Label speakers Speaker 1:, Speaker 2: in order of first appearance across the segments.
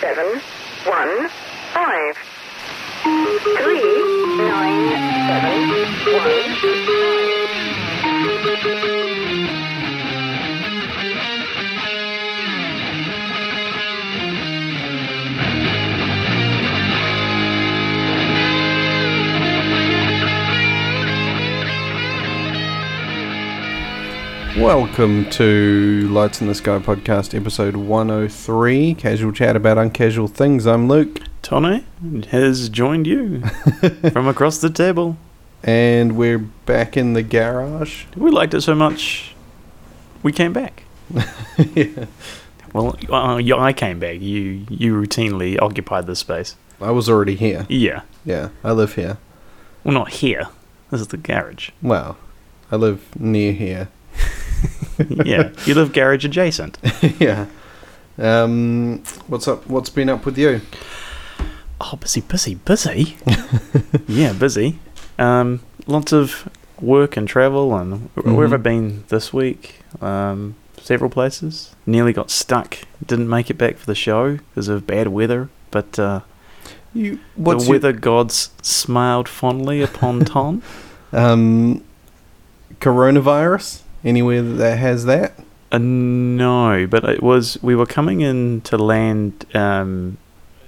Speaker 1: seven one five. Three nine seven one.
Speaker 2: Welcome to Lights in the Sky podcast, episode 103. Casual chat about uncasual things. I'm Luke,
Speaker 3: Tone has joined you from across the table.
Speaker 2: and we're back in the garage.
Speaker 3: We liked it so much, we came back.
Speaker 2: yeah.
Speaker 3: Well, uh, yeah, I came back. You you routinely occupied this space.
Speaker 2: I was already here.
Speaker 3: Yeah.
Speaker 2: Yeah, I live here.
Speaker 3: Well, not here. This is the garage.
Speaker 2: Well, I live near here.
Speaker 3: yeah. You live garage adjacent.
Speaker 2: yeah. Um, what's up? What's been up with you?
Speaker 3: Oh, busy, busy, busy. yeah, busy. Um, lots of work and travel, and wh- where have I
Speaker 2: Mhm.
Speaker 3: been this week? Um, several places. Nearly got stuck. Didn't make it back for the show because of bad weather. But uh,
Speaker 2: You
Speaker 3: the weather gods smiled fondly upon Tom.
Speaker 2: um coronavirus? Anywhere that has that?
Speaker 3: Uh, no, but it was we were coming in to land. Um,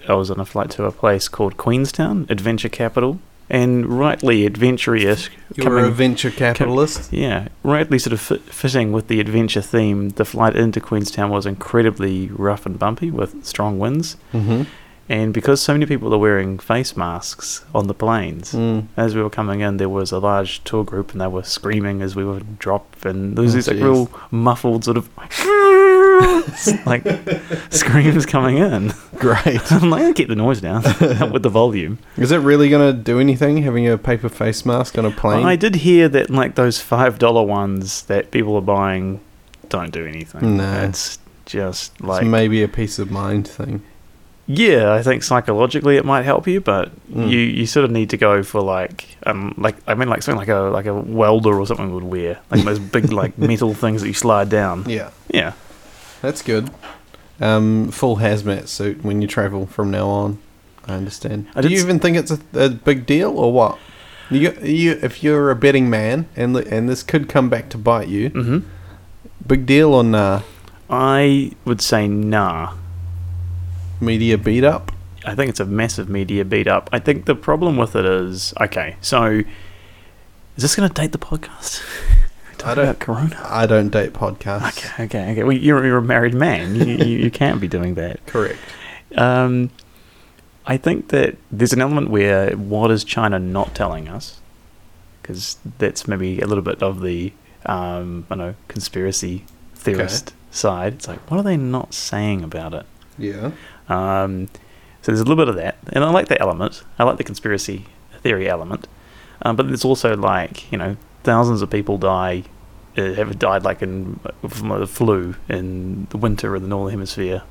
Speaker 3: I was on a flight to a place called Queenstown, Adventure Capital, and rightly adventurous.
Speaker 2: You're a
Speaker 3: coming-
Speaker 2: venture capitalist.
Speaker 3: Yeah, rightly sort of fit, fitting with the adventure theme, the flight into Queenstown was incredibly rough and bumpy with strong winds.
Speaker 2: Mm-hmm.
Speaker 3: And because so many people are wearing face masks on the planes,
Speaker 2: Mm.
Speaker 3: as we were coming in, there was a large tour group and they were screaming as we would drop. And there was
Speaker 2: Oh,
Speaker 3: these like
Speaker 2: jeez.
Speaker 3: real muffled sort of like screams coming in.
Speaker 2: Great.
Speaker 3: I'm like, "I'll keep the noise down, help with the volume.
Speaker 2: Is it really going to do anything having a paper face mask on a plane?
Speaker 3: I did hear that like those five dollar ones that people are buying don't do anything.
Speaker 2: No.
Speaker 3: It's just
Speaker 2: It's
Speaker 3: like
Speaker 2: maybe a peace of mind thing.
Speaker 3: yeah, I think psychologically it might help you, but
Speaker 2: Mm.
Speaker 3: you, you sort of need to go for like um like I mean like something like a like a welder or something would wear like those big like metal things that you slide down.
Speaker 2: Yeah,
Speaker 3: Yeah,
Speaker 2: that's good. Um, full hazmat suit when you travel from now on. I understand.
Speaker 3: I
Speaker 2: do
Speaker 3: did
Speaker 2: you
Speaker 3: s-
Speaker 2: even think it's a, a big deal or what? You, you, if you're a betting man and li- and this could come back to bite you,
Speaker 3: hmm
Speaker 2: big deal uh, or nah?
Speaker 3: I would say nah.
Speaker 2: Media beat up.
Speaker 3: I think it's a massive media beat up. I think the problem with it is okay. So is this going to date the podcast?
Speaker 2: I
Speaker 3: Talk
Speaker 2: don't-
Speaker 3: about Corona.
Speaker 2: I don't date podcasts.
Speaker 3: Okay, okay, okay. Well, you're, you're a married man. You, you, you can't be doing that.
Speaker 2: Correct.
Speaker 3: Um, I think that there's an element where what is China not telling us? Because that's maybe a little bit of the um, I don't know conspiracy theorist side. It's like, what are they not saying about it?
Speaker 2: Yeah.
Speaker 3: Um, so there's a little bit of that, and I like that element. I like the conspiracy theory element, um, but it's also like you know thousands of people die, uh, have died like in from the flu in the winter in the northern hemisphere.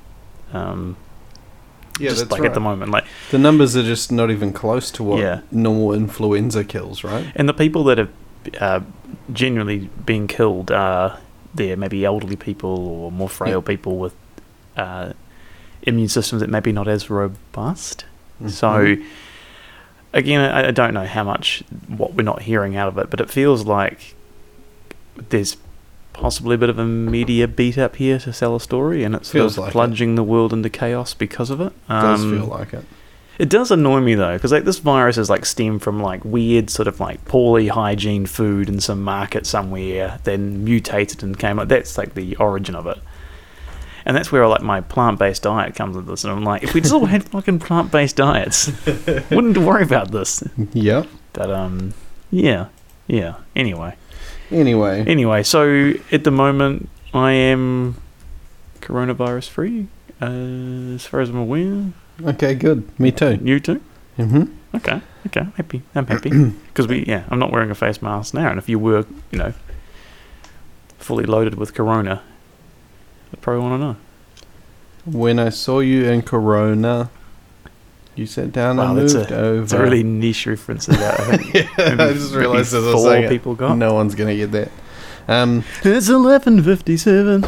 Speaker 3: Um,
Speaker 2: Yeah,
Speaker 3: just
Speaker 2: that's
Speaker 3: like
Speaker 2: right.
Speaker 3: at the moment, like
Speaker 2: the numbers are just not even close to what
Speaker 3: Yeah.
Speaker 2: normal influenza kills, right?
Speaker 3: and the people that have uh, genuinely been killed are they're maybe elderly people or more frail
Speaker 2: Yeah.
Speaker 3: people with uh, immune systems that maybe not as robust. So,
Speaker 2: Mhm.
Speaker 3: again, I, I don't know how much what we're not hearing out of it, but it feels like there's possibly a bit of a media beat up here to sell a story, and it's sort
Speaker 2: Feels
Speaker 3: of
Speaker 2: like it.
Speaker 3: plunging the world into chaos because of it.
Speaker 2: does
Speaker 3: Um,
Speaker 2: feel like it.
Speaker 3: it does annoy me though, because like this virus is like stemmed from like weird sort of like poorly hygiene food in some market somewhere, then mutated and came like that's like the origin of it. And that's where like my plant-based diet comes into this, and I'm like, if we just all had fucking plant-based diets, wouldn't worry about this.
Speaker 2: Yep.
Speaker 3: But um, yeah, yeah. Anyway,
Speaker 2: Anyway,
Speaker 3: anyway. So at the moment, I am coronavirus free, uh, as far as I'm aware.
Speaker 2: okay, good. Me too.
Speaker 3: You too.
Speaker 2: hmm
Speaker 3: Okay, okay, I'm happy. I'm happy because we, yeah, I'm not wearing a face mask now, and if you were, you know, fully loaded with Corona, I'd probably want to know.
Speaker 2: When I saw you in Corona, you sat down
Speaker 3: Wow,
Speaker 2: and
Speaker 3: that's
Speaker 2: moved
Speaker 3: a-
Speaker 2: over.
Speaker 3: It's a really niche reference to that. I think
Speaker 2: yeah, I just
Speaker 3: maybe
Speaker 2: realized as I was
Speaker 3: four
Speaker 2: saying
Speaker 3: people
Speaker 2: it,
Speaker 3: got.
Speaker 2: no one's gonna get that. Um,
Speaker 3: It's eleven fifty-seven,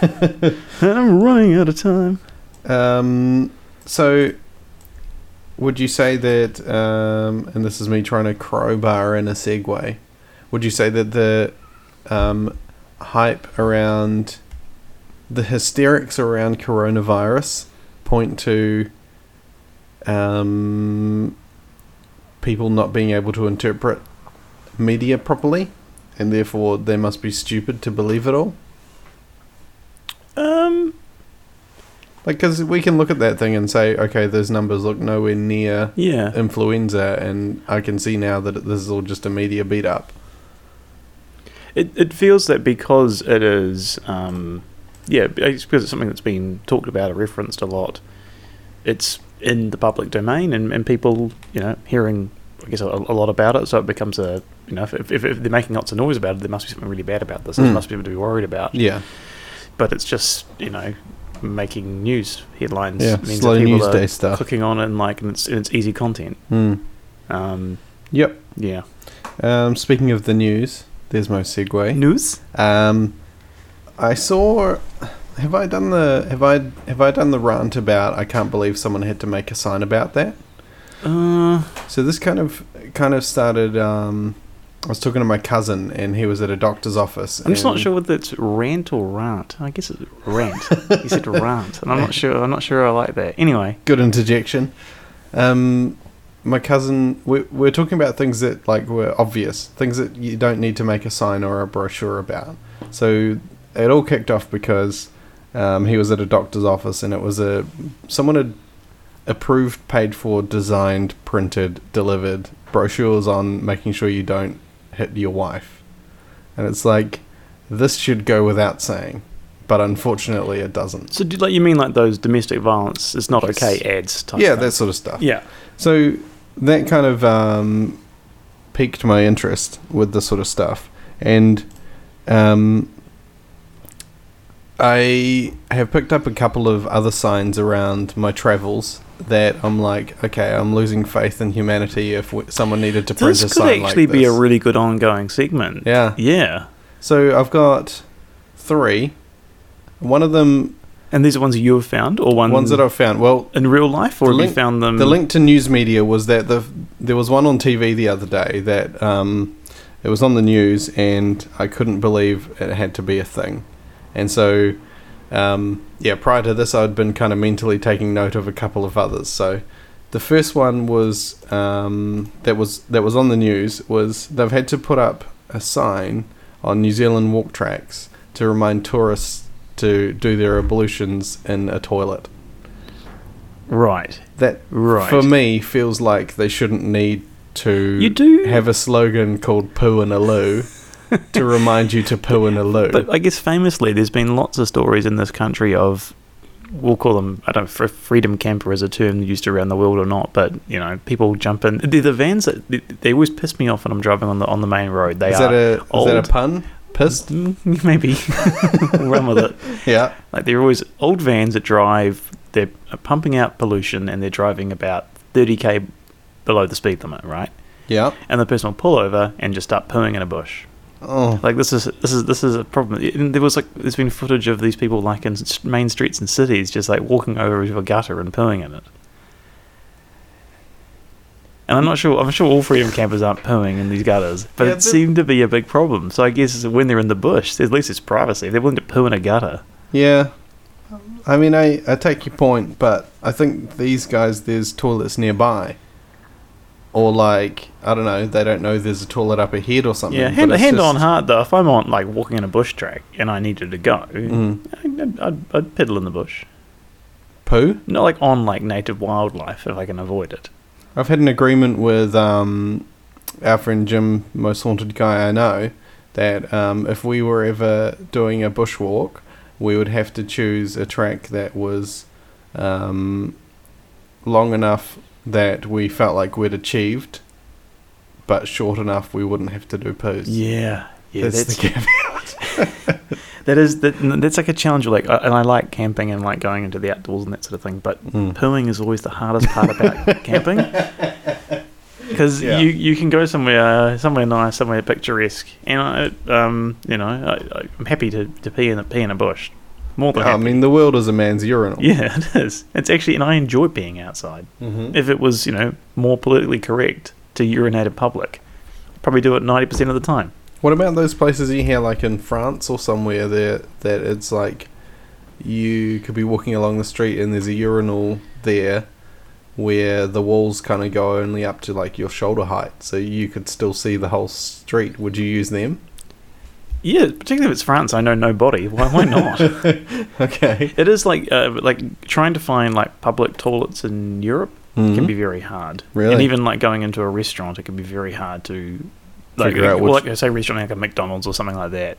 Speaker 3: and I'm running out of time.
Speaker 2: um, So, would you say that, um, and this is me trying to crowbar in a segue, would you say that the um, hype around the hysterics around coronavirus point to um, people not being able to interpret media properly? And therefore, they must be stupid to believe it all.
Speaker 3: Um,
Speaker 2: Like, because we can look at that thing and say, okay, those numbers look nowhere near
Speaker 3: yeah.
Speaker 2: influenza, and I can see now that this is all just a media beat up.
Speaker 3: It, it feels that because it is, um, yeah, it's because it's something that's been talked about or referenced a lot, it's in the public domain and, and people, you know, hearing, I guess, a, a lot about it. So it becomes a, you know, if, if, if they're making lots of noise about it, there must be something really bad about this. There
Speaker 2: Mm.
Speaker 3: must be something to be worried about.
Speaker 2: Yeah,
Speaker 3: But it's just, you know, making news headlines.
Speaker 2: yeah,
Speaker 3: means that
Speaker 2: slow
Speaker 3: people
Speaker 2: news
Speaker 3: are
Speaker 2: day stuff.
Speaker 3: Clicking on it and like, and it's, and it's easy content.
Speaker 2: Mm.
Speaker 3: Um,
Speaker 2: Yep.
Speaker 3: yeah.
Speaker 2: Um, speaking of the news, there's my segue.
Speaker 3: News?
Speaker 2: Um, I saw. Have I done the have I have I done the rant about? I can't believe someone had to make a sign about that.
Speaker 3: Uh,
Speaker 2: So this kind of kind of started. Um, I was talking to my cousin, and he was at a doctor's office.
Speaker 3: I'm just not
Speaker 2: and-
Speaker 3: sure whether it's rant or rant. I guess it's rant. he said rant, and I'm not sure. I'm not sure I like that. Anyway,
Speaker 2: good interjection. Um, my cousin, we're, we're talking about things that like were obvious, things that you don't need to make a sign or a brochure about. So it all kicked off because um, he was at a doctor's office, and it was a someone had approved, paid for, designed, printed, delivered brochures on making sure you don't hit your wife, and it's like this should go without saying, but unfortunately it doesn't.
Speaker 3: so do, like you mean like those domestic violence? It's not
Speaker 2: Yes.
Speaker 3: okay ads. Type
Speaker 2: Yeah,
Speaker 3: stuff.
Speaker 2: that sort of stuff.
Speaker 3: yeah.
Speaker 2: So that kind of um, piqued my interest with this sort of stuff, and um, I have picked up a couple of other signs around my travels that I'm like, okay, I'm losing faith in humanity. If w- someone needed to print
Speaker 3: This
Speaker 2: a
Speaker 3: could
Speaker 2: sign
Speaker 3: actually
Speaker 2: like
Speaker 3: be a
Speaker 2: this.
Speaker 3: really good ongoing segment.
Speaker 2: yeah.
Speaker 3: Yeah,
Speaker 2: So I've got three. One of them,
Speaker 3: and these are ones you have found, or one,
Speaker 2: ones that I've found. Well,
Speaker 3: in real life, or
Speaker 2: The
Speaker 3: have
Speaker 2: link-
Speaker 3: you found them?
Speaker 2: The link to news media was that the there was one on TV the other day that um, it was on the news, and I couldn't believe it had to be a thing. And so, um, yeah, prior to this, I'd been kind of mentally taking note of a couple of others. So, the first one was um, that was that was on the news was they've had to put up a sign on New Zealand walk tracks to remind tourists to do their ablutions in a toilet.
Speaker 3: Right,
Speaker 2: That
Speaker 3: right.
Speaker 2: for me feels like they shouldn't need to
Speaker 3: You do-
Speaker 2: have a slogan called poo and a loo to remind you to poo and a loo.
Speaker 3: But I guess famously, there's been lots of stories in this country of, we'll call them, I don't know, fr- freedom camper is a term used around the world or not, but, you know, people jump in. They're the vans that, they, they always piss me off when I'm driving on the on the main road. They
Speaker 2: is
Speaker 3: are
Speaker 2: that a
Speaker 3: old.
Speaker 2: is that a pun? Pissed?
Speaker 3: Mm, Maybe. We'll run with it.
Speaker 2: Yeah.
Speaker 3: Like, they're always old vans that drive, they're pumping out pollution and they're driving about 30k below the speed limit, right?
Speaker 2: Yeah.
Speaker 3: And the person will pull over and just start pooing in a bush.
Speaker 2: Oh.
Speaker 3: Like this is this is this is a problem. And there was like there's been footage of these people like in s- main streets and cities just like walking over to a gutter and pooing in it. And I'm not sure. I'm sure all freedom campers aren't pooing in these gutters, but
Speaker 2: Yeah,
Speaker 3: it
Speaker 2: but-
Speaker 3: seemed to be a big problem. So I guess when they're in the bush, at least it's privacy. They're willing to poo in a gutter.
Speaker 2: Yeah. I mean I, I take your point, but I think these guys there's toilets nearby. Or like I don't know, they don't know there's a toilet up ahead or something.
Speaker 3: Yeah,
Speaker 2: but
Speaker 3: hand,
Speaker 2: it's
Speaker 3: hand on
Speaker 2: just-
Speaker 3: heart though. If I'm on like walking in a bush track and I needed to go,
Speaker 2: Mm.
Speaker 3: I'd, I'd, I'd piddle in the bush.
Speaker 2: Poo?
Speaker 3: Not like on like native wildlife if I can avoid it.
Speaker 2: I've had an agreement with um, our friend Jim, most haunted guy I know, that um, if we were ever doing a bushwalk, we would have to choose a track that was um, long enough that we felt like we'd achieved, but short enough we wouldn't have to do poos.
Speaker 3: Yeah, yeah,
Speaker 2: that's, the caveat.
Speaker 3: That is that, that's like a challenge. Like, I- and I like camping and like going into the outdoors and that sort of thing. But
Speaker 2: Mm.
Speaker 3: pooing is always the hardest part about camping because
Speaker 2: Yeah.
Speaker 3: you you can go somewhere somewhere nice, somewhere picturesque, and I, um, you know, I, I'm happy to, to pee in a pee in a bush more than
Speaker 2: I
Speaker 3: happy.
Speaker 2: mean, the world is a man's urinal.
Speaker 3: Yeah, it is. It's actually, and I enjoy being outside. Mm-hmm. If it was, you know, more politically correct to urinate in public, I'd probably do it ninety percent of the time.
Speaker 2: What about those places you hear, like in France or somewhere, that that it's like you could be walking along the street and there's a urinal there where the walls kind of go only up to like your shoulder height, so you could still see the whole street. Would you use them?
Speaker 3: Yeah, particularly if it's France, I know nobody. Why? Why not?
Speaker 2: Okay.
Speaker 3: it is like uh, like trying to find like public toilets in Europe can
Speaker 2: Mhm.
Speaker 3: be very hard. And
Speaker 2: Really?
Speaker 3: even like going into a restaurant, it can be very hard to like,
Speaker 2: Figure out
Speaker 3: well,
Speaker 2: which-
Speaker 3: like I say, restaurant like a McDonald's or something like that.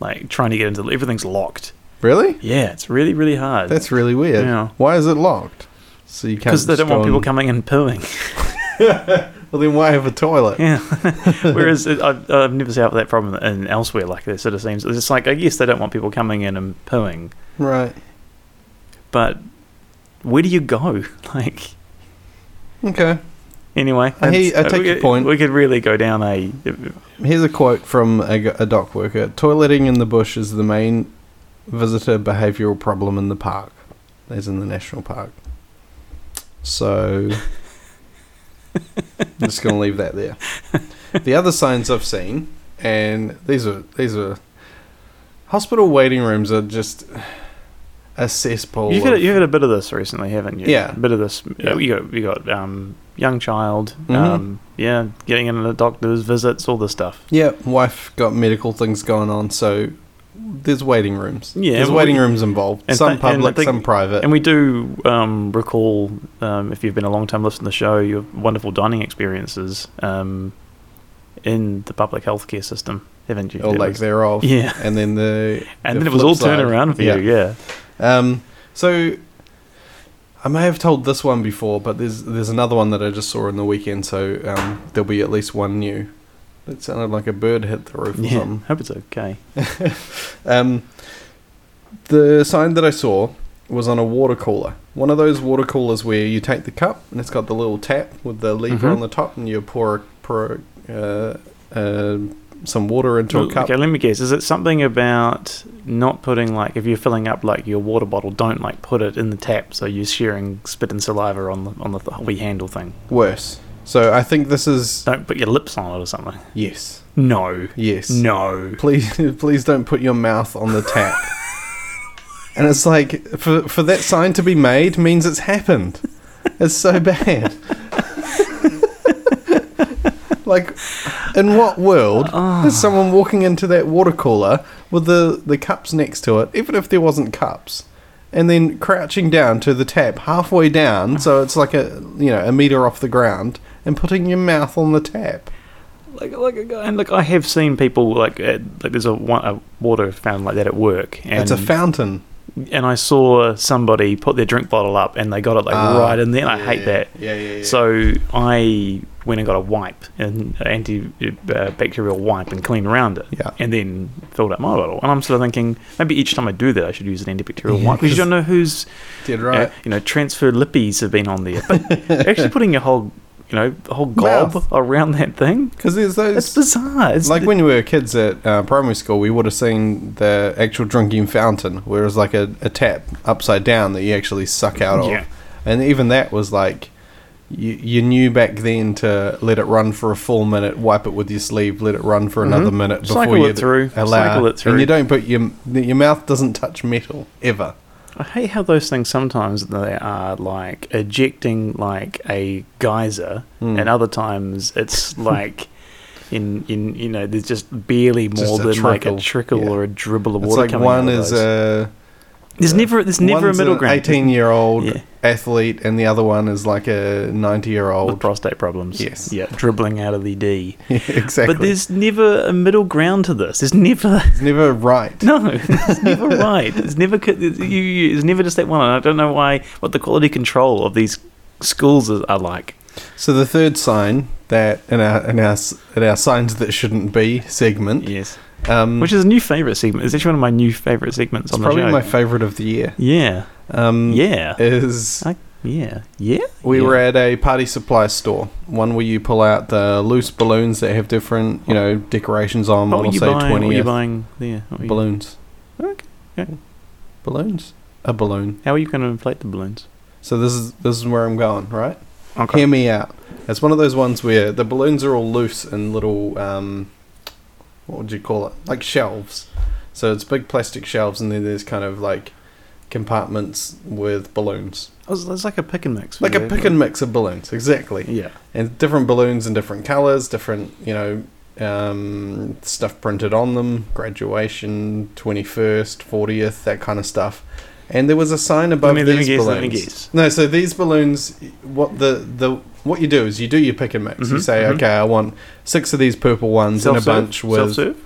Speaker 3: Like trying to get into everything's locked.
Speaker 2: Really?
Speaker 3: Yeah, it's really really hard.
Speaker 2: That's really weird.
Speaker 3: Yeah.
Speaker 2: Why is it locked? So you can't.
Speaker 3: because they don't
Speaker 2: just
Speaker 3: want
Speaker 2: go
Speaker 3: people
Speaker 2: and-
Speaker 3: coming and pooing.
Speaker 2: Well, then why have a toilet?
Speaker 3: Yeah. Whereas it, I've, I've never seen that problem in elsewhere. Like this, sort of seems it's like I guess they don't want people coming in and pooing,
Speaker 2: Right.
Speaker 3: but where do you go? Like
Speaker 2: Okay.
Speaker 3: anyway,
Speaker 2: I hear-
Speaker 3: that's- uh,
Speaker 2: I take
Speaker 3: we
Speaker 2: your
Speaker 3: could-
Speaker 2: point.
Speaker 3: We could really go down a
Speaker 2: Here's a quote from a, g- a dock worker: "Toileting in the bush is the main visitor behavioural problem in the park, as in the national park." So, I'm just going to leave that there. The other signs I've seen, and these are these are hospital waiting rooms are just a cesspool.
Speaker 3: You've got, a,
Speaker 2: of-
Speaker 3: you've got a bit of this recently, haven't you?
Speaker 2: Yeah.
Speaker 3: A bit of this. uh,
Speaker 2: Yeah.
Speaker 3: You got you got um, young child.
Speaker 2: Mhm.
Speaker 3: Um, yeah, getting into the doctor's visits, all this stuff.
Speaker 2: Yeah, wife got medical things going on, so there's waiting rooms.
Speaker 3: Yeah,
Speaker 2: there's
Speaker 3: well,
Speaker 2: waiting
Speaker 3: we-
Speaker 2: rooms involved.
Speaker 3: and
Speaker 2: some
Speaker 3: th- and I
Speaker 2: public,
Speaker 3: think-
Speaker 2: some private.
Speaker 3: And we do um, recall, um, if you've been a long time listener to the show, your wonderful dining experiences um, in the public healthcare system, haven't you?
Speaker 2: or
Speaker 3: It
Speaker 2: lack
Speaker 3: was-
Speaker 2: thereof.
Speaker 3: Yeah.
Speaker 2: and then the
Speaker 3: And
Speaker 2: the
Speaker 3: then it was
Speaker 2: flip
Speaker 3: all
Speaker 2: side.
Speaker 3: turnaround for you, yeah.
Speaker 2: Um, so I may have told this one before, but there's there's another one that I just saw in the weekend, so um, there'll be at least one new. That sounded like a bird hit the roof or
Speaker 3: Yeah.
Speaker 2: something.
Speaker 3: Hope it's okay.
Speaker 2: Um, the sign that I saw was on a water cooler. One of those water coolers where you take the cup and it's got the little tap with the lever
Speaker 3: Mhm.
Speaker 2: on the top, and you pour pour uh, uh, some water into a cup.
Speaker 3: Okay, let me guess. Is it something about not putting like if you're filling up like your water bottle, don't like put it in the tap, so you're sharing spit and saliva on the on the th- wee handle thing.
Speaker 2: Worse. So I think this is
Speaker 3: Don't put your lips on it or something.
Speaker 2: yes,
Speaker 3: No.
Speaker 2: yes.
Speaker 3: No.
Speaker 2: Please, please don't put your mouth on the tap. and it's like for for that sign to be made means it's happened. It's so bad. like, in what world is someone walking into that water cooler with the the cups next to it, even if there wasn't cups, and then crouching down to the tap halfway down, so it's like a you know a meter off the ground, and putting your mouth on the tap?
Speaker 3: Like like and look, I have seen people like at, like there's a, one, a water fountain like that at work, and
Speaker 2: it's a fountain.
Speaker 3: and I saw somebody put their drink bottle up and they got it like
Speaker 2: Ah,
Speaker 3: right in there. And I
Speaker 2: yeah,
Speaker 3: hate that.
Speaker 2: yeah, yeah, yeah.
Speaker 3: So I went and got a wipe, an antibacterial wipe, and cleaned around it.
Speaker 2: Yeah.
Speaker 3: And then filled up my bottle. And I'm sort of thinking maybe each time I do that, I should use an antibacterial
Speaker 2: Yeah,
Speaker 3: wipe because you
Speaker 2: 'cause-
Speaker 3: don't know who's
Speaker 2: Did
Speaker 3: uh,
Speaker 2: right.
Speaker 3: you know transfer lippies have been on there. But actually putting your whole you know whole gob
Speaker 2: Mouth.
Speaker 3: around that thing.
Speaker 2: Because there's
Speaker 3: That's
Speaker 2: those.
Speaker 3: bizarre. It's
Speaker 2: like when we were kids at uh, primary school, we would have seen the actual drinking fountain, where it was like a, a tap upside down that you actually suck out
Speaker 3: Yeah.
Speaker 2: of. And even that was like. You, you knew back then to let it run for a full minute, wipe it with your sleeve, let it run for another minute before
Speaker 3: Mm-hmm. Cycle
Speaker 2: you
Speaker 3: it through,
Speaker 2: allow.
Speaker 3: cycle it through.
Speaker 2: And you don't put your your mouth doesn't touch metal ever.
Speaker 3: I hate how those things sometimes they are like ejecting like a geyser,
Speaker 2: Hmm.
Speaker 3: and other times it's like in in you know there's just barely more
Speaker 2: Just a
Speaker 3: than like a
Speaker 2: trickle,
Speaker 3: trickle
Speaker 2: yeah.
Speaker 3: or a dribble of
Speaker 2: It's
Speaker 3: water
Speaker 2: like
Speaker 3: coming
Speaker 2: one
Speaker 3: out of
Speaker 2: is
Speaker 3: those.
Speaker 2: a uh,
Speaker 3: there's never there's never a
Speaker 2: one's
Speaker 3: middle
Speaker 2: an
Speaker 3: ground.
Speaker 2: Eighteen year old
Speaker 3: Yeah.
Speaker 2: athlete, and the other one is like a ninety year
Speaker 3: with
Speaker 2: old.
Speaker 3: prostate problems.
Speaker 2: Yes.
Speaker 3: yeah, dribbling out of the D.
Speaker 2: exactly.
Speaker 3: But there's never a middle ground to this. There's never
Speaker 2: It's never right.
Speaker 3: No, it's never right. It's never co- you, you. It's never just that one. And I don't know why what the quality control of these schools is, are like.
Speaker 2: So the third sign that in our in our s- in our signs that shouldn't be segment,
Speaker 3: Yes.
Speaker 2: um,
Speaker 3: which is a new favorite segment. It's actually one of my new favorite segments on
Speaker 2: it's
Speaker 3: the
Speaker 2: probably
Speaker 3: show.
Speaker 2: my favorite of the year.
Speaker 3: yeah,
Speaker 2: Um,
Speaker 3: yeah,
Speaker 2: is
Speaker 3: I, yeah, yeah.
Speaker 2: we
Speaker 3: yeah.
Speaker 2: were at a party supply store, one where you pull out the loose balloons that have different you know decorations on.
Speaker 3: What
Speaker 2: I'll
Speaker 3: were you
Speaker 2: say
Speaker 3: buying? What were
Speaker 2: twenty
Speaker 3: you buying there? What were you-
Speaker 2: balloons.
Speaker 3: Okay.
Speaker 2: Balloons? A balloon.
Speaker 3: How are you going to inflate the balloons?
Speaker 2: So this is this is where I'm going, right?
Speaker 3: Okay.
Speaker 2: Hear me out. It's one of those ones where the balloons are all loose in little, um, what would you call it? Like shelves. So it's big plastic shelves, and then there's kind of like compartments with balloons,
Speaker 3: It was- It's like a pick and mix.
Speaker 2: like a
Speaker 3: really.
Speaker 2: pick and mix of balloons, exactly.
Speaker 3: Yeah.
Speaker 2: and different balloons in different colors, different you know um, stuff printed on them, graduation, twenty first, fortieth, that kind of stuff. And there was a sign above
Speaker 3: me- let me
Speaker 2: these
Speaker 3: guess,
Speaker 2: balloons.
Speaker 3: let me guess.
Speaker 2: No, so these balloons, what the the what you do is you do your pick and mix. You
Speaker 3: Mhm,
Speaker 2: say,
Speaker 3: mhm.
Speaker 2: okay, I want six of these purple ones in a
Speaker 3: Self-serve?
Speaker 2: bunch with
Speaker 3: Self-serve?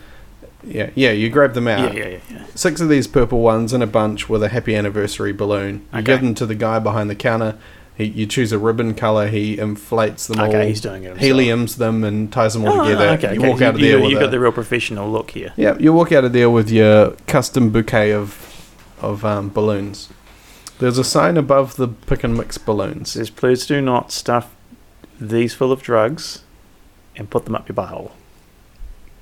Speaker 2: yeah yeah. You grab them out
Speaker 3: Yeah, yeah, yeah, yeah.
Speaker 2: six of these purple ones in a bunch with a happy anniversary balloon. You
Speaker 3: Okay.
Speaker 2: give them to the guy behind the counter. He, you choose a ribbon color. He inflates them
Speaker 3: Okay,
Speaker 2: all.
Speaker 3: he's doing it himself.
Speaker 2: Heliums them and ties them all
Speaker 3: Oh,
Speaker 2: together.
Speaker 3: okay,
Speaker 2: you
Speaker 3: okay.
Speaker 2: walk out of
Speaker 3: you,
Speaker 2: there
Speaker 3: you,
Speaker 2: with
Speaker 3: you
Speaker 2: a,
Speaker 3: got the real professional look here.
Speaker 2: yeah. You walk out of there with your custom bouquet of of um, balloons. There's a sign above the pick and mix
Speaker 3: It
Speaker 2: balloons.
Speaker 3: says, please do not stuff these full of drugs and put them up your butthole.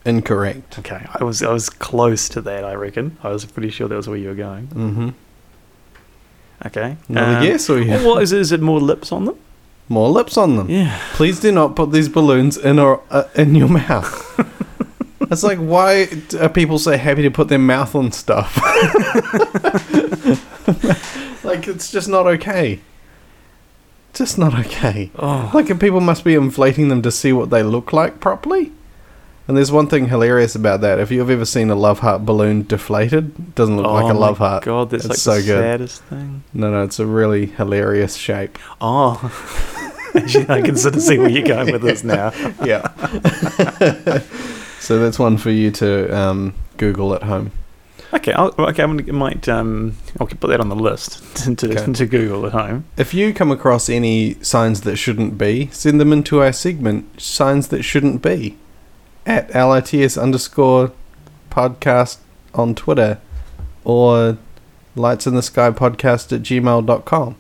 Speaker 2: Incorrect.
Speaker 3: Okay, I was I was close to that. I reckon I was pretty sure that was where you were going.
Speaker 2: Mm-hmm.
Speaker 3: Okay,
Speaker 2: Another
Speaker 3: um,
Speaker 2: guess or yeah?
Speaker 3: What is it? Is it more lips on them?
Speaker 2: More lips on them.
Speaker 3: Yeah.
Speaker 2: Please do not put these balloons in or uh, in your mouth. it's like why d- are people so happy to put their mouth on stuff? like it's just not okay. Just not okay.
Speaker 3: Oh.
Speaker 2: Like and people must be inflating them to see what they look like properly. And there's one thing hilarious about that. If you've ever seen a love heart balloon deflated, it doesn't look like a love
Speaker 3: Oh my
Speaker 2: heart.
Speaker 3: God, that's
Speaker 2: It's
Speaker 3: like
Speaker 2: so
Speaker 3: the
Speaker 2: good.
Speaker 3: saddest thing.
Speaker 2: No, no, it's a really hilarious shape.
Speaker 3: Oh, Actually, I can sort of see where you're going with this now.
Speaker 2: yeah. so that's one for you to um, Google at home.
Speaker 3: Okay, I'll, okay, I'm gonna, might um, I'll put that on the list to
Speaker 2: Okay.
Speaker 3: to Google at home.
Speaker 2: If you come across any signs that shouldn't be, send them into our segment, Signs That Shouldn't Be, at LITS underscore podcast on Twitter or lights in the sky podcast at gmail.com.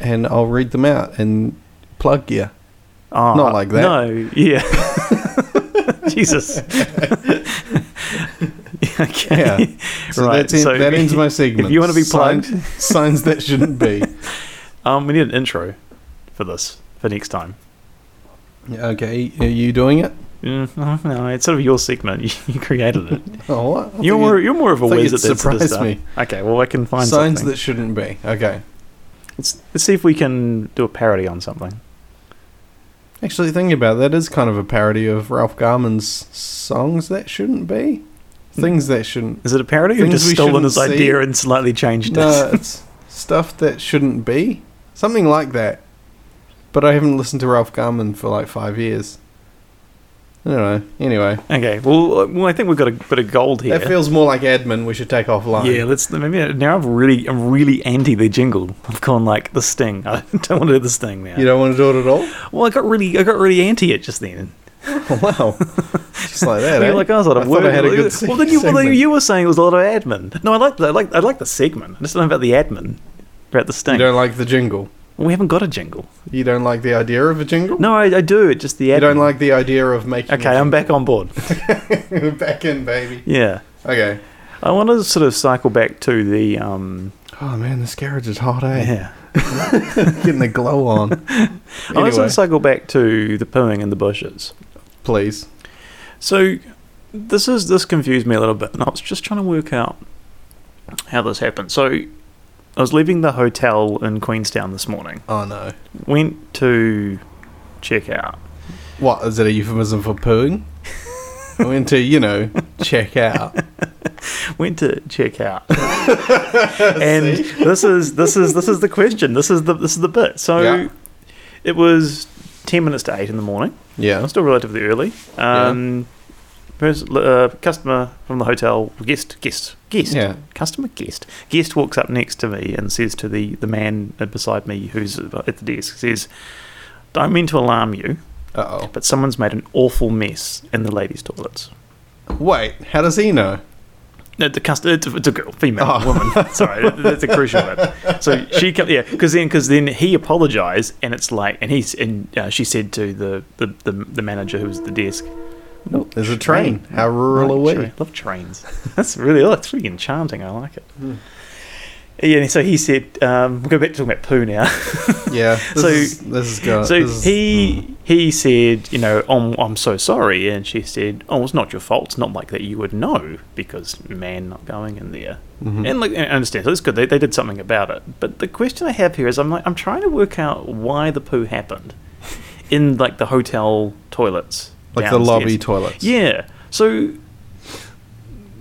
Speaker 2: And I'll read them out and plug you.
Speaker 3: Oh,
Speaker 2: Not like that.
Speaker 3: No, yeah. Jesus. okay.
Speaker 2: Yeah. So,
Speaker 3: Right,
Speaker 2: that's en-
Speaker 3: so
Speaker 2: that ends my segment.
Speaker 3: If you want to be
Speaker 2: Sign-
Speaker 3: plugged,
Speaker 2: signs that shouldn't be.
Speaker 3: um, we need an intro for this for next time.
Speaker 2: Okay, are you doing it?
Speaker 3: Mm, no, no, it's sort of your segment. You, you created it.
Speaker 2: Oh, what? I thought
Speaker 3: you're
Speaker 2: you-
Speaker 3: more, you're more of a
Speaker 2: I thought
Speaker 3: whiz
Speaker 2: you'd
Speaker 3: at this sort of
Speaker 2: surprise
Speaker 3: stuff.
Speaker 2: me.
Speaker 3: Okay, well I can find
Speaker 2: signs
Speaker 3: something.
Speaker 2: that shouldn't be. Okay.
Speaker 3: let's, let's see if we can do a parody on something.
Speaker 2: Actually, thinking about it, that is kind of a parody of Ralph Garman's songs that shouldn't be, things that shouldn't.
Speaker 3: Is it a parody or
Speaker 2: Things
Speaker 3: just
Speaker 2: we
Speaker 3: stolen
Speaker 2: shouldn't
Speaker 3: his
Speaker 2: see?
Speaker 3: idea and slightly changed
Speaker 2: No,
Speaker 3: it?
Speaker 2: it's stuff that shouldn't be, something like that. But I haven't listened to Ralph Garman for like five years. I don't know. Anyway,
Speaker 3: okay, well, uh, well I think we've got a bit of gold here.
Speaker 2: that feels more like admin. We should take offline.
Speaker 3: Yeah, let's maybe now I'm really I'm really anti the jingle. I've gone like the sting. I don't want to do the sting now.
Speaker 2: You don't want to do it at all?
Speaker 3: well, I got really I got really anti it just then.
Speaker 2: wow. Just like that.
Speaker 3: Oh,
Speaker 2: eh?
Speaker 3: You're like, oh, it's a lot
Speaker 2: I
Speaker 3: of
Speaker 2: thought I
Speaker 3: work.
Speaker 2: had a good
Speaker 3: well, then you, well, then
Speaker 2: segment.
Speaker 3: you were saying it was a lot of admin. No, I like I like I like the segment. I just don't know about the admin, about
Speaker 2: You
Speaker 3: the sting.
Speaker 2: don't like the jingle.
Speaker 3: we haven't got a jingle.
Speaker 2: You don't like the idea of a jingle.
Speaker 3: No, I, I do. It's just the admin.
Speaker 2: You don't like the idea of making.
Speaker 3: Okay, I'm back on board.
Speaker 2: I'm back in, baby.
Speaker 3: yeah,
Speaker 2: Okay.
Speaker 3: I want to sort of cycle back to the um.
Speaker 2: Oh man, this carriage is hot, eh?
Speaker 3: Yeah,
Speaker 2: Getting the glow on.
Speaker 3: I want
Speaker 2: anyway,
Speaker 3: to cycle back to the pooing in the bushes.
Speaker 2: please.
Speaker 3: So this is this confused me a little bit, and I was just trying to work out how this happened. So I was leaving the hotel in Queenstown this morning.
Speaker 2: Oh no.
Speaker 3: Went to check out.
Speaker 2: What is it a euphemism for pooing? I went to you know check out.
Speaker 3: Went to check out. and this is this is this is the question. This is the this is the bit. So
Speaker 2: Yeah.
Speaker 3: it was ten minutes to eight in the morning.
Speaker 2: Yeah.
Speaker 3: Still relatively early. Um, pers- uh, customer from the hotel, guest, guest, guest,
Speaker 2: Yeah.
Speaker 3: customer, guest, guest walks up next to me and says to the the man beside me who's at the desk, says, "Don't mean to alarm you,
Speaker 2: Uh
Speaker 3: but someone's made an awful mess in the ladies' toilets."
Speaker 2: oh. Wait. How does he know?
Speaker 3: No, the cust- it's, a, it's a girl, female,
Speaker 2: Oh.
Speaker 3: woman. Sorry, that- that's a crucial bit. So she comes, yeah, because then, cause then he apologised, and it's like, and he's, and uh, she said to the, the, the, the manager who was at the desk, Nope.
Speaker 2: There's a train. How rural
Speaker 3: Like
Speaker 2: are we?
Speaker 3: tra- love trains. That's really oh, that's really enchanting. I like it. Yeah, and so he said, um, we'll go back to talking about poo now.
Speaker 2: Yeah. This
Speaker 3: So-
Speaker 2: is, this is good.
Speaker 3: so
Speaker 2: this is- hmm.
Speaker 3: he he said, you know, I'm, I'm so sorry, and she said, oh, it's not your fault. It's not like that you would know because man not going in there.
Speaker 2: Mm-hmm.
Speaker 3: And like, I understand. So it's good. They, they did something about it. But the question I have here is, I'm like, I'm trying to work out why the poo happened in like the hotel toilets,
Speaker 2: like the lobby
Speaker 3: downstairs.
Speaker 2: toilets.
Speaker 3: Yeah. So,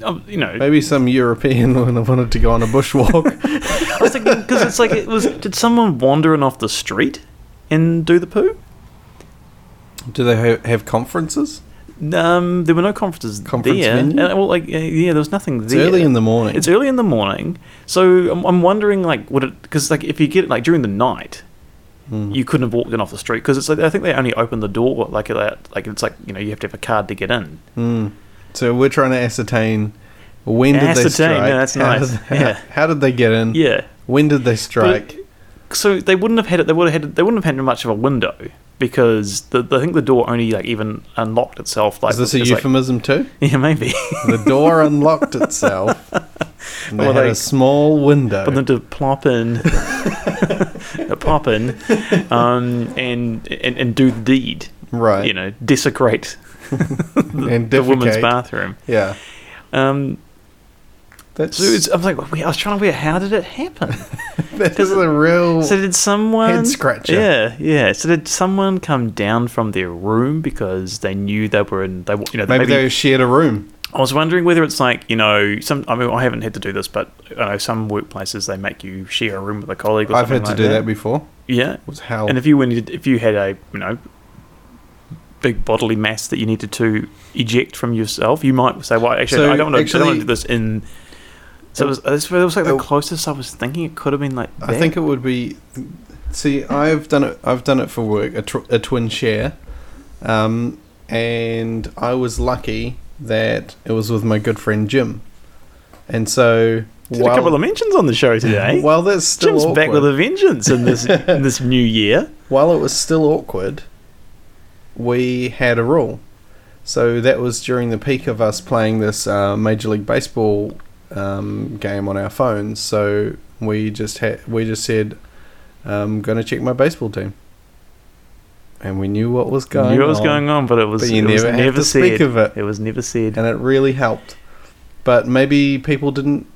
Speaker 3: um, you know,
Speaker 2: Maybe some European woman wanted to go on a bushwalk.
Speaker 3: I was thinking because it's like it was. Did someone wander in off the street and do the poo?
Speaker 2: Do they ha- have conferences?
Speaker 3: Um, there were no conferences
Speaker 2: Conference
Speaker 3: there.
Speaker 2: venue?
Speaker 3: Uh, well, like uh, yeah, there was nothing
Speaker 2: It's
Speaker 3: there.
Speaker 2: early in the morning.
Speaker 3: It's early in the morning, so I'm, I'm wondering like would it because like if you get it like during the night,
Speaker 2: Hmm.
Speaker 3: you couldn't have walked in off the street because it's like I think they only open the door like that like it's like you know you have to have a card to get in.
Speaker 2: so we're trying to ascertain when did they
Speaker 3: Ascertain,
Speaker 2: strike?
Speaker 3: yeah, that's
Speaker 2: how
Speaker 3: nice.
Speaker 2: Did, how,
Speaker 3: Yeah.
Speaker 2: how did they get in?
Speaker 3: Yeah.
Speaker 2: When did they strike?
Speaker 3: so they wouldn't have had it. They would have had. They wouldn't have had much of a window because the, the- I think the door only like even unlocked itself. Like
Speaker 2: is this a
Speaker 3: it's like-
Speaker 2: euphemism too?
Speaker 3: yeah, maybe.
Speaker 2: The door unlocked itself. And they
Speaker 3: Well,
Speaker 2: had
Speaker 3: they-
Speaker 2: a small window.
Speaker 3: For them to plop in, to pop in, um, and, and and do the deed.
Speaker 2: right.
Speaker 3: You know, desecrate
Speaker 2: and
Speaker 3: the woman's
Speaker 2: defecate.
Speaker 3: bathroom.
Speaker 2: Yeah.
Speaker 3: Um,
Speaker 2: That's,
Speaker 3: so it's, I'm like, wait, I was trying to figure out how did it happen.
Speaker 2: that is a real.
Speaker 3: So did someone
Speaker 2: Head scratcher.
Speaker 3: Yeah, yeah. So did someone come down from their room because they knew they were in? They w- you know
Speaker 2: maybe, they shared a room.
Speaker 3: I was wondering whether it's like you know some. I mean, I haven't had to do this, but I know some workplaces they make you share a room with a colleague. Or
Speaker 2: I've
Speaker 3: something
Speaker 2: had to
Speaker 3: like
Speaker 2: do that.
Speaker 3: that.
Speaker 2: before.
Speaker 3: Yeah,
Speaker 2: Was hell.
Speaker 3: and if you wanted, if you had a you know big bodily mass that you needed to eject from yourself, you might say, "Well, actually,
Speaker 2: So,
Speaker 3: I don't want to. I don't
Speaker 2: actually-
Speaker 3: want to do this in." So it was, this was like the
Speaker 2: Oh.
Speaker 3: closest I was thinking it could have been like.
Speaker 2: I
Speaker 3: that.
Speaker 2: think it would be. See, I've done it. I've done it for work. A, tr- a twin share, um, and I was lucky that it was with my good friend Jim, and so
Speaker 3: Did a couple of mentions on the show today.
Speaker 2: while that's still
Speaker 3: Jim's
Speaker 2: awkward,
Speaker 3: back with a vengeance in this in this new year.
Speaker 2: while it was still awkward, we had a rule. So that was during the peak of us playing this uh, Major League Baseball um, game on our phones. So we just had we just said, "I'm gonna check my baseball team," and we knew what was going.
Speaker 3: knew what
Speaker 2: on,
Speaker 3: was going on, but it was
Speaker 2: But you
Speaker 3: it was
Speaker 2: never have
Speaker 3: never
Speaker 2: to
Speaker 3: said.
Speaker 2: speak of it.
Speaker 3: It was never said.
Speaker 2: and it really helped. But maybe people didn't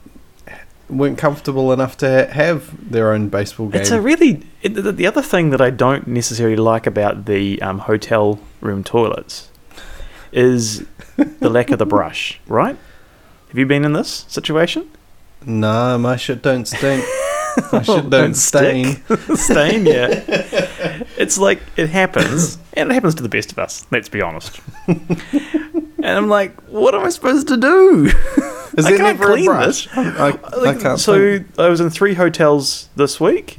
Speaker 2: weren't comfortable enough to ha- have their own baseball game.
Speaker 3: It's a really it, the, the other thing that I don't necessarily like about the um, hotel room toilets is the lack of the brush. Right? Have you been in this situation?
Speaker 2: no, my shit don't stink. my shit don't, stain.
Speaker 3: stick. stain, yeah. it's like it happens, and it happens to the best of us. Let's be honest. and I'm like, what am I supposed to do?
Speaker 2: Is
Speaker 3: I
Speaker 2: there
Speaker 3: can't
Speaker 2: never a
Speaker 3: clean
Speaker 2: brush?
Speaker 3: this.
Speaker 2: I, I
Speaker 3: Like,
Speaker 2: can't Mm-hmm.
Speaker 3: so
Speaker 2: think.
Speaker 3: I was in three hotels this week.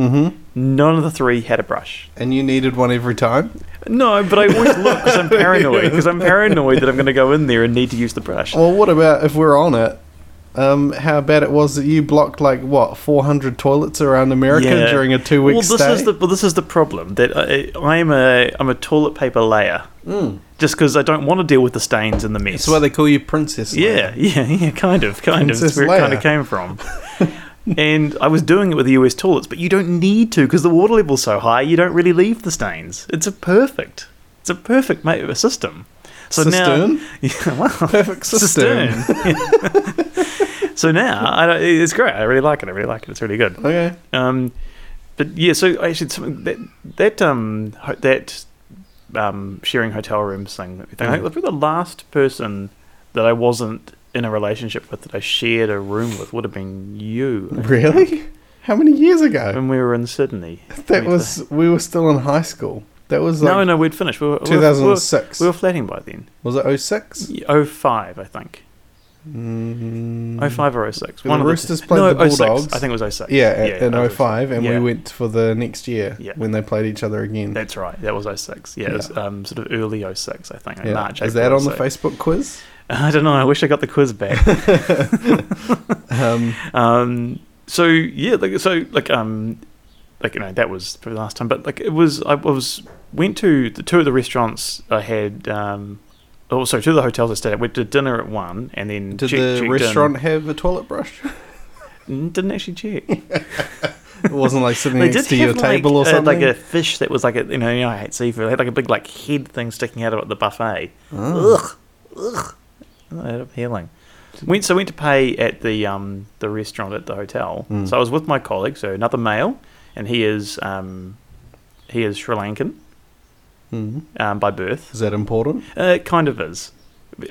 Speaker 3: None of the three had a brush.
Speaker 2: and you needed one every time.
Speaker 3: No, but I always look because I'm paranoid. Because I'm paranoid that I'm going to go in there and need to use the brush.
Speaker 2: Well, what about if we're on it? Um, how bad it was that you blocked like what 400 toilets around America
Speaker 3: Yeah.
Speaker 2: during a two-week
Speaker 3: well, this
Speaker 2: stay.
Speaker 3: is the well, this is the problem that I, I'm a I'm a toilet paper layer.
Speaker 2: Hmm.
Speaker 3: Mm. Just because I don't want to deal with the stains and the mess.
Speaker 2: That's why they call you Princess. Leia.
Speaker 3: Yeah, yeah, yeah, kind of, kind of. That's
Speaker 2: Princess
Speaker 3: where it kind
Speaker 2: Leia.
Speaker 3: of came from. and I was doing it with the US toilets, but you don't need to because the water level's so high, you don't really leave the stains. It's a perfect, it's a perfect mate, a system. So
Speaker 2: Cistern?
Speaker 3: now, yeah, wow,
Speaker 2: Perfect cistern.
Speaker 3: cistern. so now, I don't, it's great. I really like it. I really like it. It's really good.
Speaker 2: Okay.
Speaker 3: Um, but yeah, so actually, something that that um ho- that um sharing hotel rooms thing. that we think- I
Speaker 2: Mm.
Speaker 3: think probably the last person that I wasn't in a relationship with that I shared a room with would have been you
Speaker 2: Really? How many years ago?
Speaker 3: when we were in Sydney.
Speaker 2: That
Speaker 3: We-
Speaker 2: was we were still in high school. That was like
Speaker 3: no, no, we'd finished. We were, we were- we were-
Speaker 2: 2006.
Speaker 3: We were, flatting by then.
Speaker 2: was it 06?
Speaker 3: Oh five, I think.
Speaker 2: Mm,
Speaker 3: Oh five or oh six.
Speaker 2: The
Speaker 3: One of the
Speaker 2: Roosters
Speaker 3: two.
Speaker 2: played
Speaker 3: no,
Speaker 2: the
Speaker 3: 06.
Speaker 2: Bulldogs.
Speaker 3: I think it was 06.
Speaker 2: yeah, in
Speaker 3: oh six.
Speaker 2: 05 and
Speaker 3: Yeah.
Speaker 2: we went for the next year
Speaker 3: Yeah.
Speaker 2: when they played each other again.
Speaker 3: That's right. That was 06. Yeah, it was um, sort of early 06, I think. like
Speaker 2: Yeah.
Speaker 3: March.
Speaker 2: Is
Speaker 3: April
Speaker 2: that on the
Speaker 3: 06.
Speaker 2: Facebook quiz?
Speaker 3: I don't know. I wish I got the quiz back.
Speaker 2: Um,
Speaker 3: um, so yeah, like so like um, like you know that was probably the last time, but like it was I was went to the two of the restaurants I had um, Oh, sorry, two of the hotels I stayed at. We did dinner at one, and then
Speaker 2: Did
Speaker 3: check- checked
Speaker 2: the
Speaker 3: in.
Speaker 2: restaurant have a toilet brush?
Speaker 3: Mm, Didn't actually check.
Speaker 2: It wasn't like sitting
Speaker 3: They
Speaker 2: next
Speaker 3: did
Speaker 2: to your
Speaker 3: have like,
Speaker 2: table or
Speaker 3: uh,
Speaker 2: something.
Speaker 3: like a fish that was like a you know, you know I hate seafood. They had like a big like head thing sticking out of it at the buffet.
Speaker 2: Oh.
Speaker 3: Ugh, ugh. Not that appealing. Went so went to pay at the um the restaurant at the hotel.
Speaker 2: Hmm.
Speaker 3: So I was with my colleague, so another male, and he is um he is Sri Lankan
Speaker 2: Mhm.
Speaker 3: um, by birth.
Speaker 2: Is that important?
Speaker 3: Uh, it kind of is.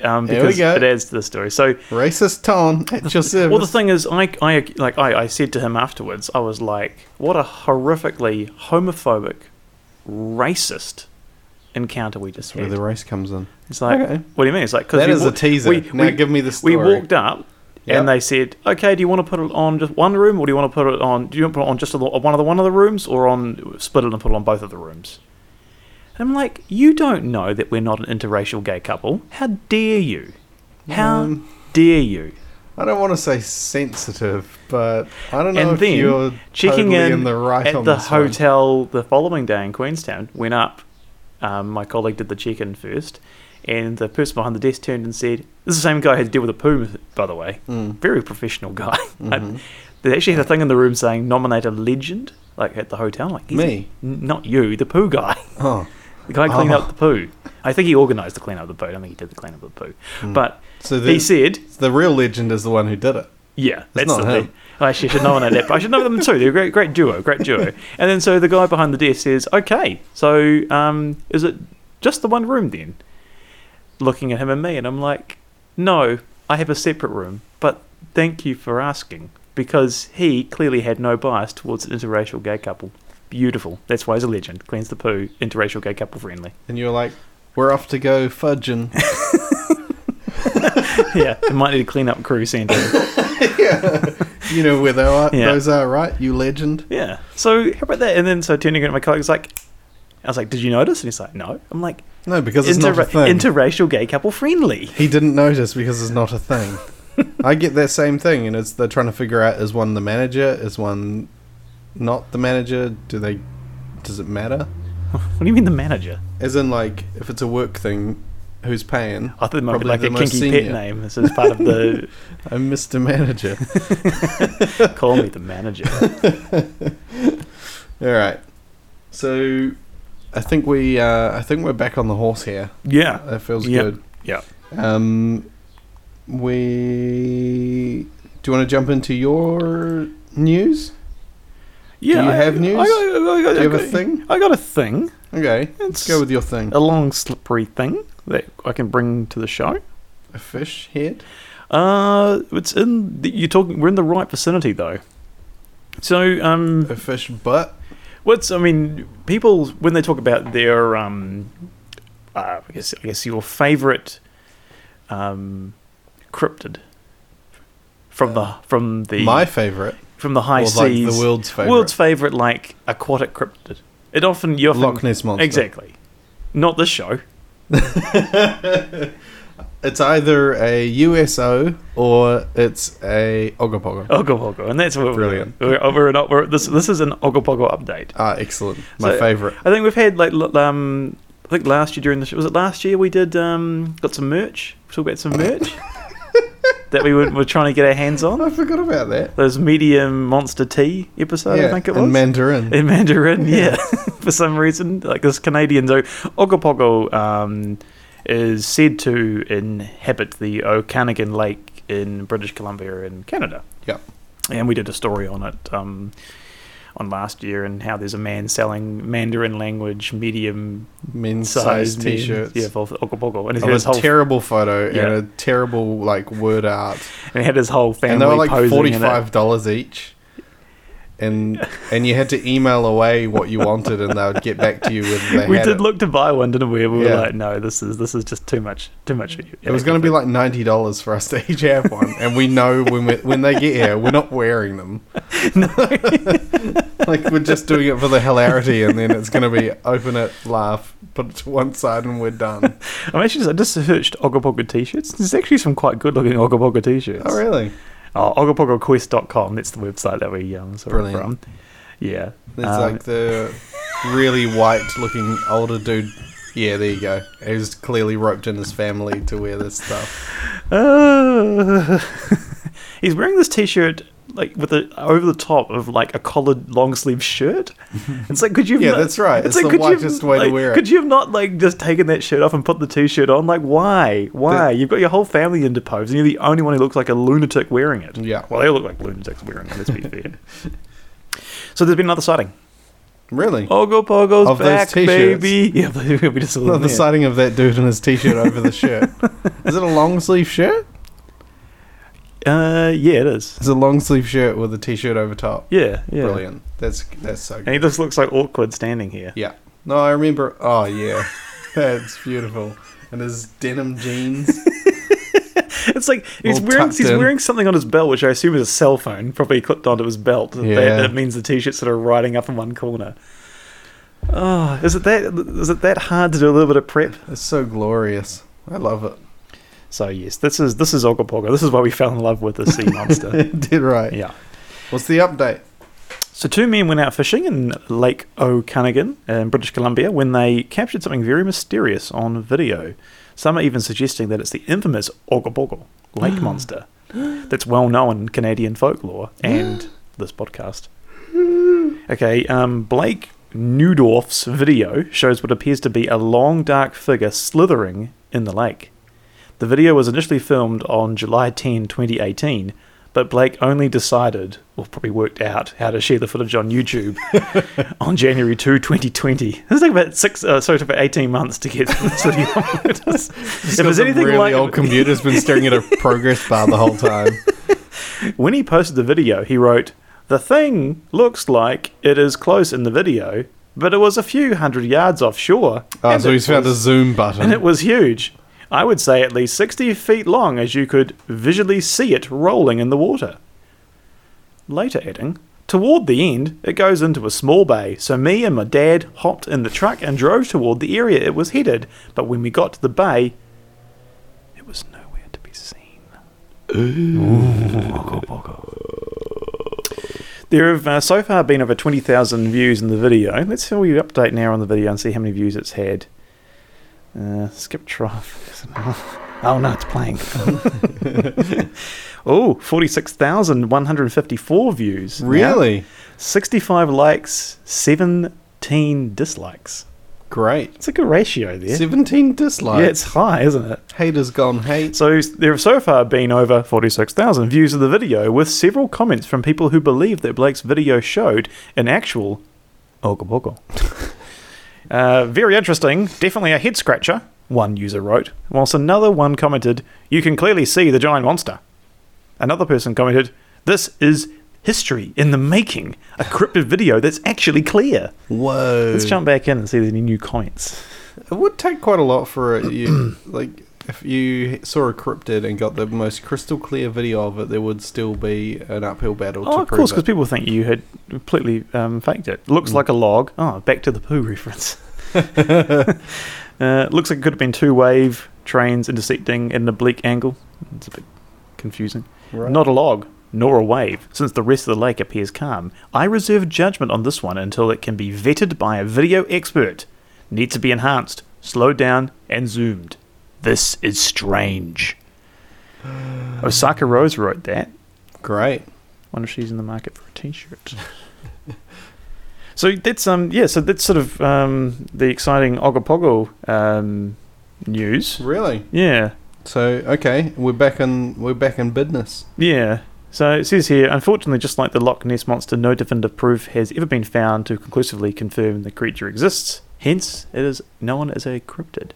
Speaker 3: Um,
Speaker 2: There we
Speaker 3: because
Speaker 2: go.
Speaker 3: it adds to the story. So
Speaker 2: Racist Tom at your service.
Speaker 3: well, the thing is, I, I like I, I said to him afterwards, I was like, "What a horrifically homophobic, racist encounter we just
Speaker 2: where
Speaker 3: had."
Speaker 2: the race comes in.
Speaker 3: It's like,
Speaker 2: Okay.
Speaker 3: what do you mean? It's like because
Speaker 2: That is a teaser. now give me the story.
Speaker 3: we walked up
Speaker 2: Yep.
Speaker 3: and they said, "Okay, do you want to put it on just one room, or do you want to put it on? Do you want to put it on just a, lo- one of the one of the rooms, or on split it and put it on both of the rooms?" And I'm like, "You don't know that we're not an interracial gay couple. How dare you? How
Speaker 2: Um,
Speaker 3: dare you?"
Speaker 2: I don't want to say sensitive, but I don't know
Speaker 3: and
Speaker 2: if
Speaker 3: then
Speaker 2: you're
Speaker 3: checking
Speaker 2: totally
Speaker 3: in,
Speaker 2: in the right
Speaker 3: at
Speaker 2: on
Speaker 3: the
Speaker 2: this one.
Speaker 3: hotel the following day in Queenstown. Went up. Um, my colleague did the check-in first, and the person behind the desk turned and said, "This is the same guy who had to deal with a poo, by the way.
Speaker 2: Mm.
Speaker 3: Very professional guy. Like,
Speaker 2: Mm-hmm.
Speaker 3: they actually had a thing in the room saying nominate a legend, like at the hotel. Like he's-
Speaker 2: Me?
Speaker 3: n- not you, the poo guy."
Speaker 2: Oh,
Speaker 3: The guy cleaned
Speaker 2: Oh.
Speaker 3: up the poo. I think he organised the clean up of the poo. I don't think he did the clean up of the poo. But
Speaker 2: Mm. So
Speaker 3: he
Speaker 2: the-
Speaker 3: said,
Speaker 2: the real legend is the one who did it.
Speaker 3: yeah, that's
Speaker 2: not
Speaker 3: the
Speaker 2: him.
Speaker 3: thing. I actually should nominate that. but I should nominate them too. They're a great, great duo, great duo. And then so the guy behind the desk says, "Okay, so um, is it just the one room then?" Looking at him and me, and I'm like, "No, I have a separate room." But thank you for asking, because he clearly had no bias towards an interracial gay couple. Beautiful. That's why he's a legend. Cleans the poo. Interracial gay couple friendly.
Speaker 2: And you're like, we're off to go fudging.
Speaker 3: yeah, they might need a clean up crew sent in.
Speaker 2: you know where they are,
Speaker 3: Yeah.
Speaker 2: those are, right? You legend.
Speaker 3: Yeah. So how about that? And then so turning at my colleague's like, I was like, "Did you notice?" And he's like, "No." I'm like,
Speaker 2: No, because it's not a
Speaker 3: Interra-
Speaker 2: thing.
Speaker 3: interracial gay couple friendly.
Speaker 2: he didn't notice because it's not a thing. I get that same thing, and it's they're trying to figure out is one the manager, is one not the manager? Do they? Does it matter?
Speaker 3: What do you mean the manager?
Speaker 2: As in, like, if it's a work thing, who's paying?
Speaker 3: I thought it might be
Speaker 2: Probably
Speaker 3: like
Speaker 2: the
Speaker 3: a
Speaker 2: most
Speaker 3: kinky pet
Speaker 2: senior.
Speaker 3: name. This is part of the
Speaker 2: I'm Mr. Manager.
Speaker 3: call me the manager.
Speaker 2: All right. So, I think we, uh, I think we're back on the horse here.
Speaker 3: Yeah.
Speaker 2: That feels
Speaker 3: Yep.
Speaker 2: good.
Speaker 3: Yeah.
Speaker 2: Um, we. Do you want to jump into your news?
Speaker 3: Yeah.
Speaker 2: you
Speaker 3: I-
Speaker 2: have news?
Speaker 3: I got, I got-
Speaker 2: Do you have
Speaker 3: I
Speaker 2: a
Speaker 3: got-
Speaker 2: thing?
Speaker 3: I got a thing.
Speaker 2: Okay,
Speaker 3: It's-
Speaker 2: let's go with your thing.
Speaker 3: A long, slippery thing that I can bring to the show.
Speaker 2: A fish head.
Speaker 3: Uh, it's in. The, you're talking. We're in the right vicinity though. So um.
Speaker 2: A fish butt.
Speaker 3: What's I mean, people when they talk about their um, uh, I guess I guess your favorite um, cryptid from the from the
Speaker 2: Uh, My favorite.
Speaker 3: from the high
Speaker 2: or, like, the
Speaker 3: seas,
Speaker 2: world's favourite.
Speaker 3: world's favorite like aquatic cryptid. It often you often
Speaker 2: Loch Ness monster.
Speaker 3: exactly. Not this show.
Speaker 2: It's either a USO or it's a Ogopogo.
Speaker 3: Ogopogo, and that's what
Speaker 2: Brilliant.
Speaker 3: We're, we're, we're not. We're, this this is an Ogopogo update.
Speaker 2: Ah, excellent. My
Speaker 3: So,
Speaker 2: favorite.
Speaker 3: I think we've had like l- um, I think last year during the show was it last year we did um, got some merch. Talk about some merch that we were, were trying to get our hands
Speaker 2: I
Speaker 3: on.
Speaker 2: forgot about that.
Speaker 3: Those medium monster tea episode, I think it was
Speaker 2: in Mandarin.
Speaker 3: in Mandarin. Yeah, for some reason, like this Canadian zoo, Ogopogo um, is said to inhabit the Okanagan Lake in British Columbia in Canada
Speaker 2: yep.
Speaker 3: and we did a story on it um, on last year and how there's a man selling Mandarin language medium
Speaker 2: Men size
Speaker 3: sized
Speaker 2: t-shirts.
Speaker 3: yeah, for Ogopogo, and he
Speaker 2: Of
Speaker 3: had his
Speaker 2: a
Speaker 3: whole
Speaker 2: terrible photo
Speaker 3: Yeah.
Speaker 2: and a terrible like word art,
Speaker 3: and he had his whole family
Speaker 2: and they were like
Speaker 3: posing in it.
Speaker 2: forty-five dollars each, and and you had to email away what you wanted, and they would get back to you whether they
Speaker 3: We
Speaker 2: had
Speaker 3: did
Speaker 2: it.
Speaker 3: look to buy one, didn't we? We
Speaker 2: Yeah.
Speaker 3: were like, no, this is this is just too much, too much.
Speaker 2: It was going to be like ninety dollars for us to each have one, and we know when we, when they get here, we're not wearing them. like we're just doing it for the hilarity, and then it's going to be open it, laugh, put it to one side, and we're done.
Speaker 3: I'm actually just, I just searched Ogopogo t-shirts. There's actually some quite good looking Ogopogo t-shirts.
Speaker 2: Oh, really?
Speaker 3: Oh, ogopogoquest.com. That's the website that we um saw it
Speaker 2: Brilliant. uh,
Speaker 3: from. Yeah,
Speaker 2: It's
Speaker 3: Um,
Speaker 2: like the really white looking older dude Yeah, there you go. He was clearly roped in his family to wear this stuff.
Speaker 3: Uh, he's wearing this t-shirt like with a over the top of like a collared long sleeve shirt. It's like could you? have
Speaker 2: Yeah,
Speaker 3: not-
Speaker 2: that's right. It's the
Speaker 3: could you have-
Speaker 2: whitest way to
Speaker 3: like,
Speaker 2: wear it.
Speaker 3: Could you have not like just taken that shirt off and put the t-shirt on? Like why? Why? You've got your whole family into pose, and you're the only one who looks like a lunatic wearing it.
Speaker 2: Yeah.
Speaker 3: Well, they look like lunatics wearing it. Let's be fair. So there's been another sighting.
Speaker 2: Really?
Speaker 3: Ogo Pogo's
Speaker 2: Of those
Speaker 3: back,
Speaker 2: t-shirts.
Speaker 3: baby. Yeah, we just saw
Speaker 2: Not
Speaker 3: them
Speaker 2: the
Speaker 3: there.
Speaker 2: sighting of that dude in his t-shirt over the shirt. Is it a long sleeve shirt?
Speaker 3: Uh, yeah, it is.
Speaker 2: It's a long sleeve shirt with a t-shirt over top.
Speaker 3: Yeah, yeah.
Speaker 2: Brilliant. That's that's so
Speaker 3: And
Speaker 2: good.
Speaker 3: he just looks like awkward standing here.
Speaker 2: Yeah. No, I remember. Oh yeah, that's beautiful. And his denim jeans.
Speaker 3: It's like he's
Speaker 2: All
Speaker 3: wearing
Speaker 2: tucked
Speaker 3: he's
Speaker 2: in.
Speaker 3: wearing something on his belt, which I assume is a cell phone, probably clipped onto his belt. That-
Speaker 2: Yeah.
Speaker 3: That means the t-shirt's sort of riding up in one corner. Oh, is it that is it that hard to do a little bit of prep?
Speaker 2: It's so glorious. I love it.
Speaker 3: So yes, this is this is Ogopogo. This is why we fell in love with the sea monster.
Speaker 2: Did right.
Speaker 3: yeah.
Speaker 2: What's the update?
Speaker 3: So two men went out fishing in Lake Okanagan in British Columbia when they captured something very mysterious on video. Some are even suggesting that it's the infamous Ogopogo, lake monster, that's well known in Canadian folklore and this podcast. Okay, um, Blake Newdorf's video shows what appears to be a long, dark figure slithering in the lake. The video was initially filmed on July 10, 2018, but Blake only decided, or probably worked out, how to share the footage on YouTube on January 2, 2020. This took about six, uh, sorry, took about 18 months to get this video uploaded. if
Speaker 2: Got
Speaker 3: it's
Speaker 2: some
Speaker 3: anything
Speaker 2: really
Speaker 3: like
Speaker 2: old computer's been staring at a progress bar the whole time.
Speaker 3: When he posted the video, he wrote, The thing looks like it is close in the video, but it was a few hundred yards offshore.
Speaker 2: Oh,
Speaker 3: and
Speaker 2: so
Speaker 3: it
Speaker 2: he's found a
Speaker 3: was-
Speaker 2: zoom
Speaker 3: And it
Speaker 2: button.
Speaker 3: was huge. I would say at least 60 feet long, as you could visually see it rolling in the water. Later adding, Toward the end, it goes into a small bay, so me and my dad hopped in the truck and drove toward the area it was headed, but when we got to the bay, it was nowhere to be seen. There have uh, so far been over 20,000 views in the video. Let's see what we update now on the video and see how many views it's had. Uh, skip trough. Oh no, it's playing. oh, 46,154 views. now.
Speaker 2: Really?
Speaker 3: 65 likes, 17 dislikes.
Speaker 2: Great.
Speaker 3: It's a good ratio there.
Speaker 2: 17 dislikes.
Speaker 3: Yeah, it's high, isn't it?
Speaker 2: Haters gone hate.
Speaker 3: So there have so far been over 46,000 views of the video, with several comments from people who believe that Blake's video showed an actual Ogobogo. uh, very interesting, definitely a head scratcher, one user wrote, whilst another one commented, You can clearly see the giant monster. Another person commented, This is history in the making, a cryptid video that's actually clear.
Speaker 2: Whoa.
Speaker 3: Let's jump back in and see if there's any new comments.
Speaker 2: It would take quite a lot for it. You, like, if you saw a cryptid and got the most crystal clear video of it, there would still be an uphill battle to
Speaker 3: Oh, of
Speaker 2: prove
Speaker 3: course,
Speaker 2: it. Hmm.
Speaker 3: because people think you had completely um, faked it. Looks like a log. Oh, back to the poo reference. uh, looks like it could have been two wave trains intersecting at an oblique angle. It's a bit confusing.
Speaker 2: Right.
Speaker 3: Not a log, nor a wave, since the rest of the lake appears calm. I reserve judgment on this one until it can be vetted by a video expert. Needs to be enhanced, slowed down, and zoomed. This is strange. Osaka Rose wrote that.
Speaker 2: Great.
Speaker 3: Wonder if she's in the market for a T-shirt. so that's um yeah, so that's sort of um the exciting Ogopogo um news.
Speaker 2: Really?
Speaker 3: Yeah,
Speaker 2: So, okay, we're back in we're back in business.
Speaker 3: yeah. So it says here, unfortunately, just like the Loch Ness monster, no definitive proof has ever been found to conclusively confirm the creature exists. Hence, it is known as a cryptid.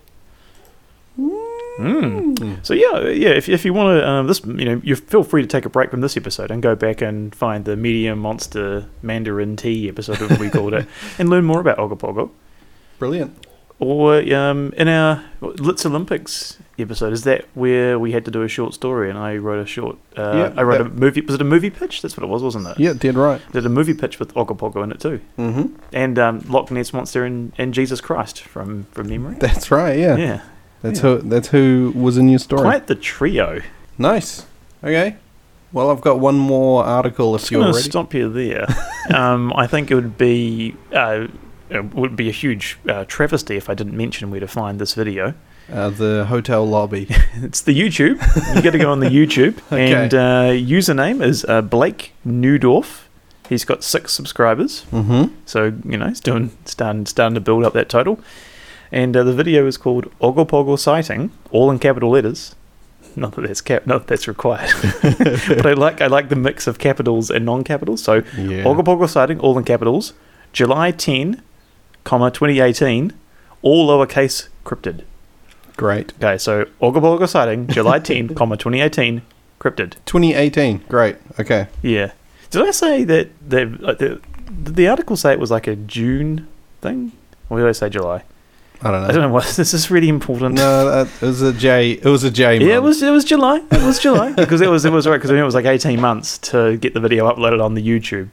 Speaker 3: Mm. So yeah, yeah. If, if you want to, um, this you know, you feel free to take a break from this episode and go back and find the medium monster Mandarin tea episode that we called it, and learn more about Ogopogo.
Speaker 2: Brilliant.
Speaker 3: Or um, in our Litz Olympics episode, is that where we had to do a short story and I wrote a short, uh,
Speaker 2: Yeah,
Speaker 3: I wrote a
Speaker 2: that-
Speaker 3: movie. Was it a movie pitch? That's what it was, wasn't it?
Speaker 2: Yeah, dead right.
Speaker 3: Did a movie pitch with Ogopogo in it too,
Speaker 2: Mm-hmm.
Speaker 3: and um, Loch Ness monster and, and Jesus Christ from from memory.
Speaker 2: That's right. Yeah.
Speaker 3: yeah,
Speaker 2: That's who that's who was in your story.
Speaker 3: quite the trio.
Speaker 2: Nice. Okay. Well, I've got one more article if
Speaker 3: I'm
Speaker 2: you're
Speaker 3: going to
Speaker 2: ready.
Speaker 3: stop you there. um, I think it would be uh, it would be a huge uh, travesty if I didn't mention where to find this video.
Speaker 2: Uh, the hotel lobby.
Speaker 3: It's the YouTube. You got to go on the YouTube,
Speaker 2: Okay.
Speaker 3: and uh, username is uh, Blake Newdorf. He's got six subscribers,
Speaker 2: mm-hmm.
Speaker 3: so you know he's doing starting starting to build up that total. And uh, the video is called Ogopogo sighting, all in capital letters. Not that that's cap, not that that's required, but I like I like the mix of capitals and non-capitals. So
Speaker 2: Yeah.
Speaker 3: Ogopogo sighting, all in capitals, July 10, comma 2018, all lowercase cryptid.
Speaker 2: Great.
Speaker 3: Okay, so Ogobogo sighting, July 10, comma 2018, cryptid.
Speaker 2: 2018. Great. Okay.
Speaker 3: Yeah. Did I say that they, uh, the, did the article say it was like a June thing? Or did I say July?
Speaker 2: I don't know.
Speaker 3: I don't know why this is really important.
Speaker 2: No, that, it was a J. It was a J.
Speaker 3: Yeah, it
Speaker 2: month.
Speaker 3: was it was July. It was July because it was it was right because it was like eighteen months to get the video uploaded on the YouTube.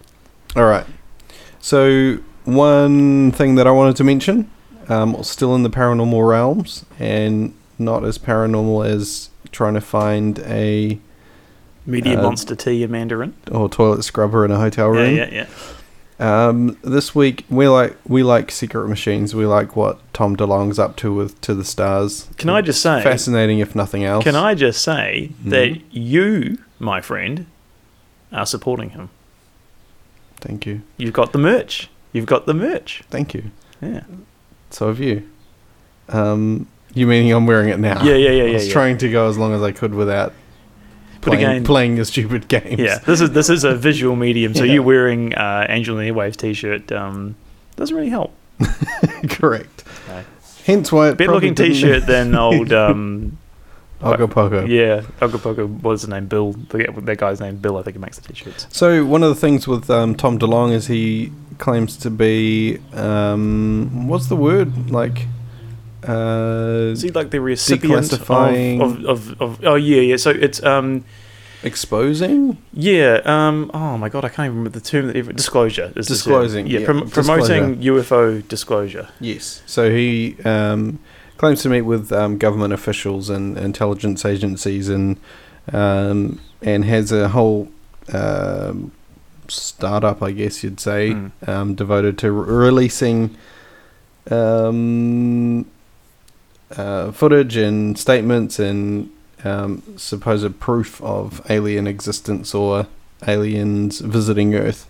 Speaker 2: All right. So one thing that I wanted to mention, um, still in the paranormal realms, and not as paranormal as trying to find a
Speaker 3: Media
Speaker 2: Uh,
Speaker 3: Monster Tea in Mandarin.
Speaker 2: or toilet scrubber in a hotel
Speaker 3: Yeah,
Speaker 2: room.
Speaker 3: yeah, yeah.
Speaker 2: Um, this week we like we like secret machines. We like what Tom DeLonge's up to with to the stars.
Speaker 3: Can I just say-
Speaker 2: fascinating, if nothing else?
Speaker 3: Can I just say
Speaker 2: Mm-hmm.
Speaker 3: that you, my friend, are supporting him?
Speaker 2: Thank you,
Speaker 3: You've got the merch. You've got the merch.
Speaker 2: thank you.
Speaker 3: Yeah.
Speaker 2: So have you. Um, you meaning I'm wearing it now?
Speaker 3: Yeah, yeah, yeah,
Speaker 2: I was
Speaker 3: yeah, yeah.
Speaker 2: trying to go as long as I could without
Speaker 3: But
Speaker 2: playing,
Speaker 3: again-
Speaker 2: playing your stupid games.
Speaker 3: Yeah, this is this is a visual medium. So
Speaker 2: Yeah.
Speaker 3: you wearing uh, Angel in the Airwaves t-shirt um, doesn't really help.
Speaker 2: correct.
Speaker 3: No.
Speaker 2: Hence why it
Speaker 3: Better
Speaker 2: probably
Speaker 3: looking
Speaker 2: didn't- Oh.
Speaker 3: t-shirt than old. Um,
Speaker 2: Ogopogo.
Speaker 3: yeah, Ogopogo. What's his name? Bill. The, that guy's name Bill. I think he makes the t-shirts.
Speaker 2: So one of the things with um, Tom DeLong is he claims to be um, what's the word like? Uh,
Speaker 3: Is he like the recipient of,
Speaker 2: Declassifying-
Speaker 3: of, of, of? Oh yeah, yeah. So it's um
Speaker 2: exposing.
Speaker 3: yeah um oh my god I can't even remember the term. That every, disclosure is the term.
Speaker 2: Disclosing,
Speaker 3: Yeah,
Speaker 2: yeah,
Speaker 3: prom- promoting UFO disclosure.
Speaker 2: Yes. So he um, claims to meet with um, government officials and intelligence agencies, and um, and has a whole um, startup, I guess you'd say,
Speaker 3: Mm.
Speaker 2: um, devoted to re- releasing um, uh, footage and statements and um, supposed proof of alien existence or aliens visiting Earth.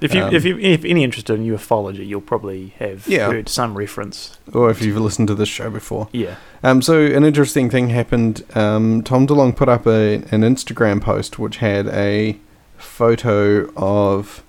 Speaker 3: If you
Speaker 2: Um,
Speaker 3: if you if any interested in ufology, you'll probably have
Speaker 2: Yeah.
Speaker 3: heard some reference.
Speaker 2: Or if you've listened to this show before.
Speaker 3: Yeah.
Speaker 2: Um, so an interesting thing happened. Um, Tom DeLong put up a, an Instagram post which had a photo of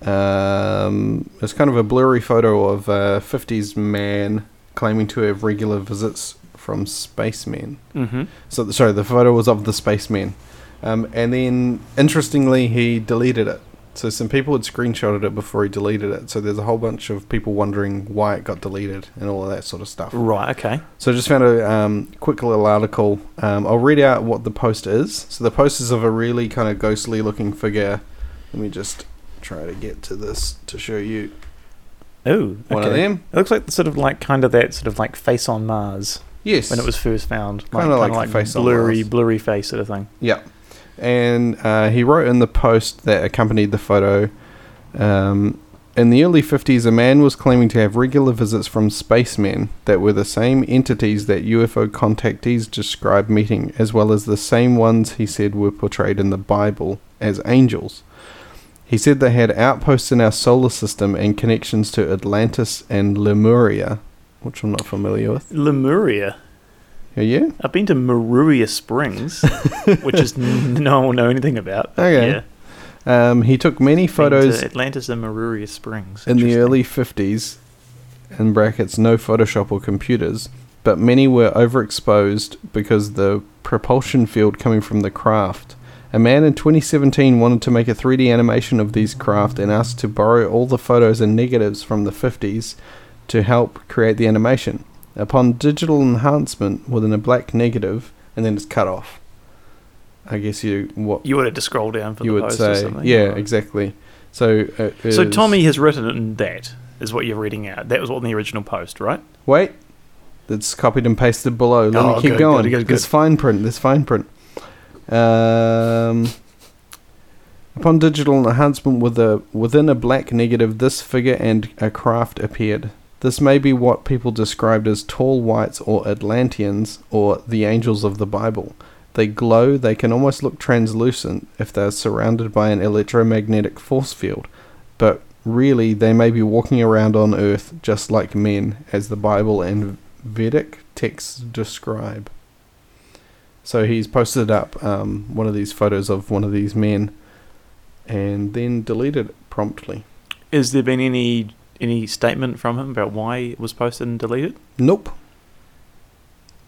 Speaker 2: um, it's kind of a blurry photo of a 50s man claiming to have regular visits from spacemen.
Speaker 3: Mm-hmm.
Speaker 2: So the, sorry, the photo was of the spacemen, um, and then interestingly he deleted it. So some people had screenshotted it before he deleted it. So there's a whole bunch of people wondering why it got deleted and all of that sort of stuff.
Speaker 3: Right. Okay.
Speaker 2: So I just found a um, quick little article. Um, I'll read out what the post is. So the post is of a really kind of ghostly looking figure. Let me just try to get to this to show you
Speaker 3: Oh,
Speaker 2: one of
Speaker 3: okay.
Speaker 2: them.
Speaker 3: It looks like the sort of like kind of that sort of like face on Mars
Speaker 2: Yes.
Speaker 3: when it was first found, like,
Speaker 2: Kinda like
Speaker 3: kind
Speaker 2: the
Speaker 3: of like
Speaker 2: face on
Speaker 3: blurry,
Speaker 2: Mars.
Speaker 3: blurry face sort of thing.
Speaker 2: Yeah. And uh, he wrote in the post that accompanied the photo um, In the early 50s, a man was claiming to have regular visits from spacemen that were the same entities that UFO contactees describe meeting, as well as the same ones he said were portrayed in the Bible as angels. He said they had outposts in our solar system and connections to Atlantis and Lemuria, which I'm not familiar with.
Speaker 3: Lemuria.
Speaker 2: Are you?
Speaker 3: I've been to Maruia Springs, which is n- no one know anything about. but
Speaker 2: Okay.
Speaker 3: Yeah.
Speaker 2: Um, he took many
Speaker 3: Photos.
Speaker 2: photos
Speaker 3: Atlantis and Maruia Springs.
Speaker 2: in the
Speaker 3: Interesting.
Speaker 2: early 50s, in brackets, no Photoshop or computers, but many were overexposed because the propulsion field coming from the craft. A man in 2017 wanted to make a 3D animation of these craft and asked to borrow all the photos and negatives from the 50s to help create the animation. Upon digital enhancement within a black negative, and then it's cut off. I guess you what
Speaker 3: You would have to scroll down for
Speaker 2: you
Speaker 3: the
Speaker 2: would
Speaker 3: post or
Speaker 2: say,
Speaker 3: something.
Speaker 2: yeah,
Speaker 3: Right.
Speaker 2: exactly. So uh,
Speaker 3: So
Speaker 2: is-
Speaker 3: Tommy has written it in that is what you're reading out. That was what in the original post, right?
Speaker 2: Wait, it's copied and pasted below. Let
Speaker 3: Oh,
Speaker 2: me keep
Speaker 3: good,
Speaker 2: going.
Speaker 3: good, good,
Speaker 2: There's
Speaker 3: good.
Speaker 2: fine print. There's fine print. Um, Upon digital enhancement with a, within a black negative, this figure and a craft appeared. This may be what people described as tall whites or Atlanteans or the angels of the Bible. They glow, they can almost look translucent if they are surrounded by an electromagnetic force field, but really they may be walking around on Earth just like men, as the Bible and Vedic texts describe. So he's posted up um, one of these photos of one of these men and then deleted it promptly.
Speaker 3: Is there been any any statement from him about why it was posted and deleted?
Speaker 2: Nope.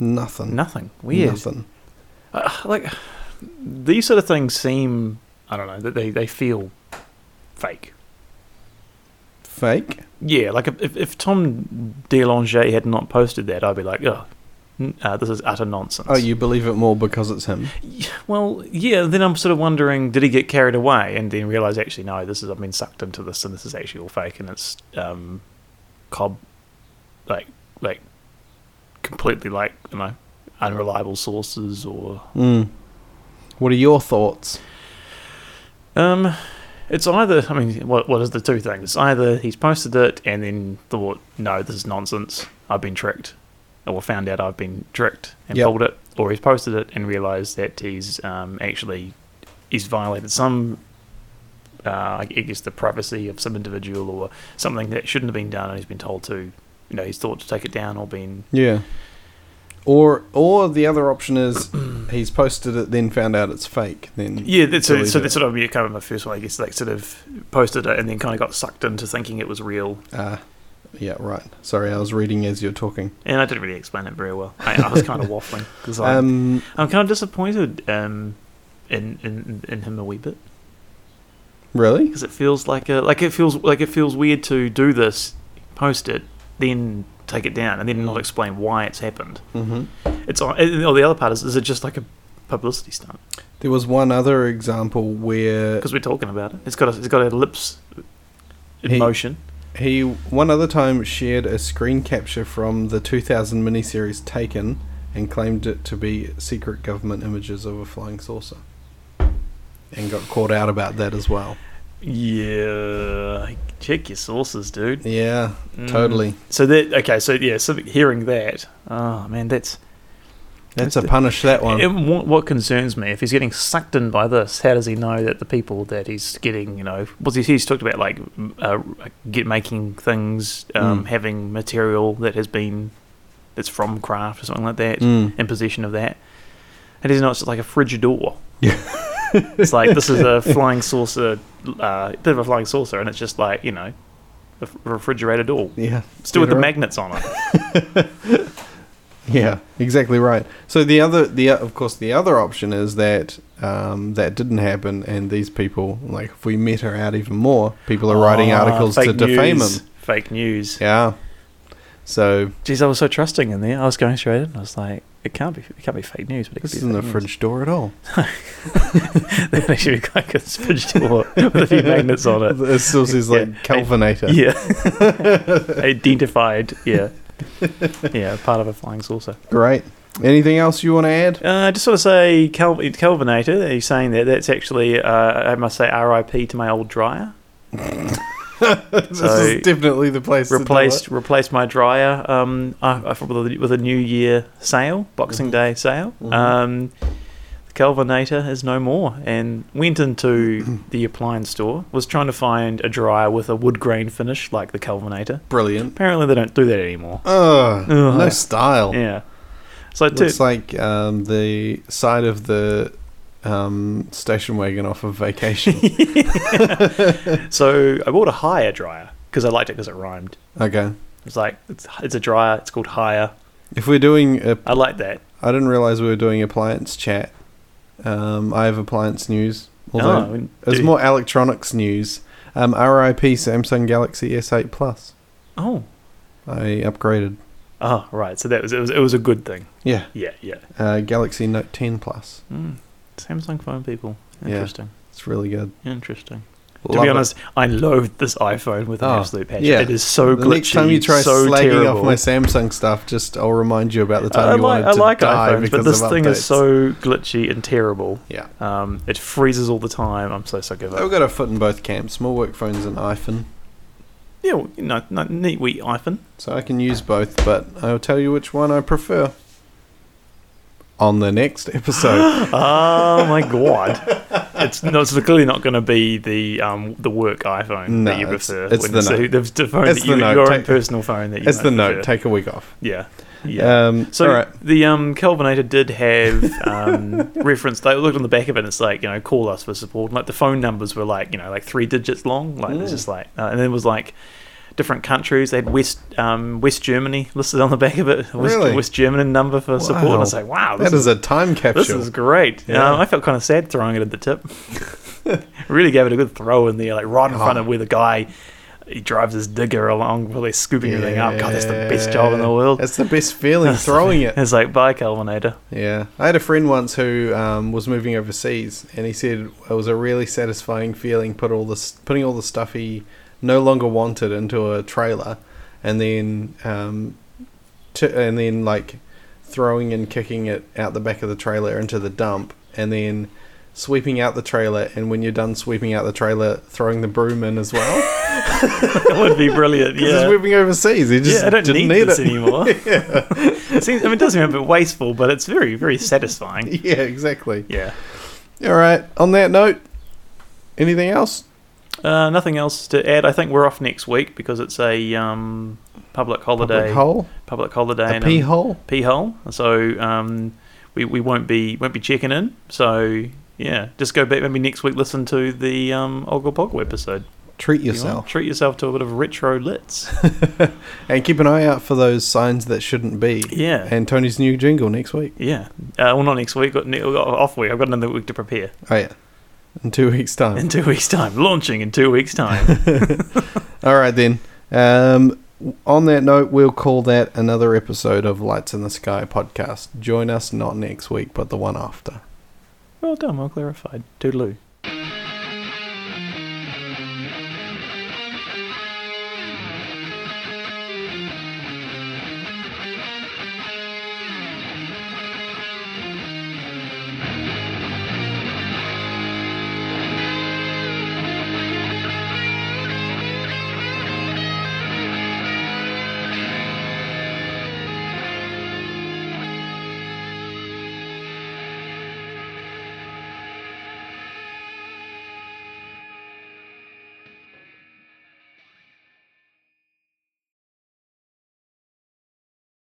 Speaker 2: Nothing.
Speaker 3: Nothing. Weird.
Speaker 2: Nothing.
Speaker 3: Uh, like these sort of things seem I don't know that they they feel fake.
Speaker 2: Fake.
Speaker 3: Yeah, like if if- if Tom DeLonge had not posted that, I'd be like, oh, n- uh, this is utter nonsense.
Speaker 2: Oh, you believe it more because it's him.
Speaker 3: Well, yeah. Then I'm sort of wondering, did he get carried away and then realize actually no, this is I've been sucked into this and this is actually all fake and it's um, cob, like like completely like you know unreliable sources or
Speaker 2: Mm. What are your thoughts?
Speaker 3: Um, it's either I mean, what what is the two things? It's either he's posted it and then thought, no, this is nonsense. I've been tricked, or found out I've been tricked and
Speaker 2: Yep.
Speaker 3: pulled it, or he's posted it and realised that he's um, actually he's violated some. Uh, I guess the privacy of some individual or something that shouldn't have been done, and he's been told to, you know, he's thought to take it down or been
Speaker 2: Yeah. Or or the other option is he's posted it, then found out it's fake. Then
Speaker 3: Yeah, that's, so,
Speaker 2: delete
Speaker 3: so
Speaker 2: it.
Speaker 3: that's sort of yeah, kind of my first one. I guess like sort of posted it and then kind of got sucked into thinking it was real,
Speaker 2: Ah, yeah, right. Sorry, I was reading as you're talking.
Speaker 3: and I didn't really explain it very well. I, I was kind of waffling because I'm,
Speaker 2: Um,
Speaker 3: I'm kind of disappointed um, in, in in him a wee bit
Speaker 2: really?
Speaker 3: because it feels like a like it feels like it feels weird to do this, post it, then take it down, and then not explain why it's happened.
Speaker 2: Mm-hmm.
Speaker 3: It's on, and, or the other part is is it just like a publicity stunt
Speaker 2: There was one other example where
Speaker 3: because we're talking about it. It's got a, it's got a lips in
Speaker 2: He-
Speaker 3: motion.
Speaker 2: He one other time shared a screen capture from the 2000 miniseries Taken and claimed it to be secret government images of a flying saucer. And got caught out about that as well.
Speaker 3: Yeah, check your sources, dude.
Speaker 2: Yeah,
Speaker 3: Mm.
Speaker 2: totally.
Speaker 3: So that okay, so yeah, so hearing that, oh man, that's
Speaker 2: That's a punish that one.
Speaker 3: and what, what concerns me. If he's getting sucked in by this, how does he know that the people that he's getting, you know, well, he's, he's talked about like m- uh, get making things, um,
Speaker 2: Mm.
Speaker 3: having material that has been that's from craft or something like that,
Speaker 2: Mm.
Speaker 3: in possession of that. And he's not it's like a frigidor.
Speaker 2: Yeah.
Speaker 3: it's like this is a flying saucer, uh, bit of a flying saucer, and it's just like you know, a f- refrigerator door,
Speaker 2: Yeah.
Speaker 3: still with the
Speaker 2: Dead right.
Speaker 3: magnets on it.
Speaker 2: Yeah, exactly right. So the other, the of course, the other option is that um, that didn't happen, and these people, like, if we met her out even more, people are writing
Speaker 3: Ah,
Speaker 2: articles to
Speaker 3: fake
Speaker 2: defame
Speaker 3: news.
Speaker 2: him.
Speaker 3: Fake news.
Speaker 2: Yeah. So
Speaker 3: Geez, I was so trusting in there. I was going straight in. I was like, it can't be, it can't be fake news, but it
Speaker 2: this
Speaker 3: could be
Speaker 2: isn't a
Speaker 3: fake
Speaker 2: fridge door at all.
Speaker 3: news. That actually looked like a fridge door with a few magnets on it.
Speaker 2: It still says like
Speaker 3: Yeah.
Speaker 2: Calvinator.
Speaker 3: Yeah, identified. Yeah, yeah, part of a flying saucer.
Speaker 2: Great. Anything else you want to add?
Speaker 3: Uh, I just want to say, Cal- Calvinator. He's saying that that's actually, uh, I must say, R.I.P. to my old dryer.
Speaker 2: this
Speaker 3: So-
Speaker 2: is definitely the place. to do
Speaker 3: Replaced,
Speaker 2: it.
Speaker 3: replaced my dryer. Um, I, I with, a, with a New Year sale, Boxing Day sale.
Speaker 2: Mhm.
Speaker 3: Um, the Calvinator is no more, and went into the appliance store. Was trying to find a dryer with a wood grain finish like the Calvinator.
Speaker 2: Brilliant.
Speaker 3: Apparently, they don't do that anymore.
Speaker 2: Ugh, no
Speaker 3: Ugh.
Speaker 2: style.
Speaker 3: Yeah. So to,
Speaker 2: Looks like um, the side of the um, station wagon off of vacation.
Speaker 3: so I bought a higher dryer because I liked it because it rhymed.
Speaker 2: okay.
Speaker 3: It's like it's, it's a dryer. It's called higher.
Speaker 2: If we're doing, a,
Speaker 3: I like that.
Speaker 2: I didn't realize we were doing appliance chat. Um, I have appliance news. Although
Speaker 3: and-
Speaker 2: there's more electronics news. Um, RIP Samsung Galaxy S8 Plus.
Speaker 3: Oh.
Speaker 2: I upgraded.
Speaker 3: Oh right. So that was it was it was a good thing.
Speaker 2: Yeah.
Speaker 3: Yeah. Yeah.
Speaker 2: Uh, Galaxy Note 10 Plus.
Speaker 3: Hmm. Mm. Samsung phone people.
Speaker 2: Yeah.
Speaker 3: Interesting.
Speaker 2: It's really good.
Speaker 3: Interesting.
Speaker 2: A
Speaker 3: To
Speaker 2: Love
Speaker 3: be
Speaker 2: it.
Speaker 3: honest, I loathe this iPhone with an
Speaker 2: Oh,
Speaker 3: absolute passion.
Speaker 2: yeah.
Speaker 3: It is so glitchy.
Speaker 2: The next time you try
Speaker 3: so
Speaker 2: slagging
Speaker 3: terrible.
Speaker 2: off my Samsung stuff, just I'll remind you about the time
Speaker 3: I
Speaker 2: you
Speaker 3: like,
Speaker 2: wanted
Speaker 3: I
Speaker 2: to
Speaker 3: like
Speaker 2: die
Speaker 3: iPhones,
Speaker 2: because
Speaker 3: but this
Speaker 2: of
Speaker 3: thing
Speaker 2: updates.
Speaker 3: is so glitchy and terrible.
Speaker 2: Yeah.
Speaker 3: Um, it freezes all the time. I'm so sick of
Speaker 2: I've
Speaker 3: it.
Speaker 2: got a foot in both camps. Small work phones and iPhone,
Speaker 3: Yeah, well, no, no, neat wee iPhone.
Speaker 2: so I can use both. But I'll tell you which one I prefer on the next episode.
Speaker 3: Oh my god! It's no, it's clearly not going to be the um the work iPhone
Speaker 2: No,
Speaker 3: that you
Speaker 2: it's-
Speaker 3: prefer.
Speaker 2: it's
Speaker 3: when
Speaker 2: the
Speaker 3: so
Speaker 2: Note.
Speaker 3: the, the phone
Speaker 2: It's
Speaker 3: that
Speaker 2: the
Speaker 3: you,
Speaker 2: Note.
Speaker 3: your own
Speaker 2: Take-
Speaker 3: personal phone that you.
Speaker 2: it's the
Speaker 3: might
Speaker 2: note.
Speaker 3: prefer.
Speaker 2: Take a week off.
Speaker 3: Yeah, yeah.
Speaker 2: Um,
Speaker 3: so
Speaker 2: all right.
Speaker 3: the um Kelvinator did have um reference. They looked on the back of it. and It's like you know, call us for support. And, like the phone numbers were like you know like three digits long. Like it's just like uh, and then it was like. Different countries, they had West um, West Germany listed on the back of it. West,
Speaker 2: Really?
Speaker 3: West German number for support. And I
Speaker 2: Wow.
Speaker 3: was like, wow,
Speaker 2: That is a time capsule.
Speaker 3: this is great.
Speaker 2: Yeah.
Speaker 3: Um, I felt kind of sad throwing it at the tip. really gave it a good throw in there, like right in front of
Speaker 2: Oh.
Speaker 3: where the guy he drives his digger along while they're scooping everything up. "Oh, God, that's the best job in the world.
Speaker 2: That's the best feeling, throwing it.
Speaker 3: It's like bye, Calvinator.
Speaker 2: Yeah. I had a friend once who um, was moving overseas, and he said it was a really satisfying feeling put all this, putting all the stuff he no longer wanted into a trailer, and then um, to, and then like throwing and kicking it out the back of the trailer into the dump, and then sweeping out the trailer, and when you're done sweeping out the trailer, throwing the broom in as well.
Speaker 3: That would be brilliant.
Speaker 2: 'Cause he's
Speaker 3: Yeah.
Speaker 2: moving overseas. He just
Speaker 3: Yeah, I don't
Speaker 2: didn't
Speaker 3: need,
Speaker 2: need,
Speaker 3: this
Speaker 2: it.
Speaker 3: anymore. it seems, I mean, it does seem a bit wasteful, but it's very, very satisfying.
Speaker 2: yeah, exactly.
Speaker 3: Yeah.
Speaker 2: All right. On that note, anything else?
Speaker 3: Uh, nothing else to add. I think we're off next week because it's a um, public holiday.
Speaker 2: Public hole?
Speaker 3: public holiday.
Speaker 2: A
Speaker 3: and,
Speaker 2: pee
Speaker 3: um,
Speaker 2: hole?
Speaker 3: P hole. So um, we, we won't be won't be checking in. So yeah, just go back maybe next week. Listen to the um, Ogle Poggle episode.
Speaker 2: Treat
Speaker 3: If you want.
Speaker 2: yourself.
Speaker 3: treat yourself to a bit of retro lits.
Speaker 2: And keep an eye out for those signs that shouldn't be.
Speaker 3: Yeah.
Speaker 2: And Tony's new jingle next week.
Speaker 3: yeah. Uh, well, not next week. Got, ne- got off week. I've got another week to prepare.
Speaker 2: Oh, yeah. In two weeks'
Speaker 3: In
Speaker 2: time.
Speaker 3: two weeks' time, launching in two weeks' time.
Speaker 2: All right, then. Um, on that note, we'll call that another episode of Lights in the Sky podcast. Join us not next week, but the one after.
Speaker 3: well done. Well clarified. Toodaloo.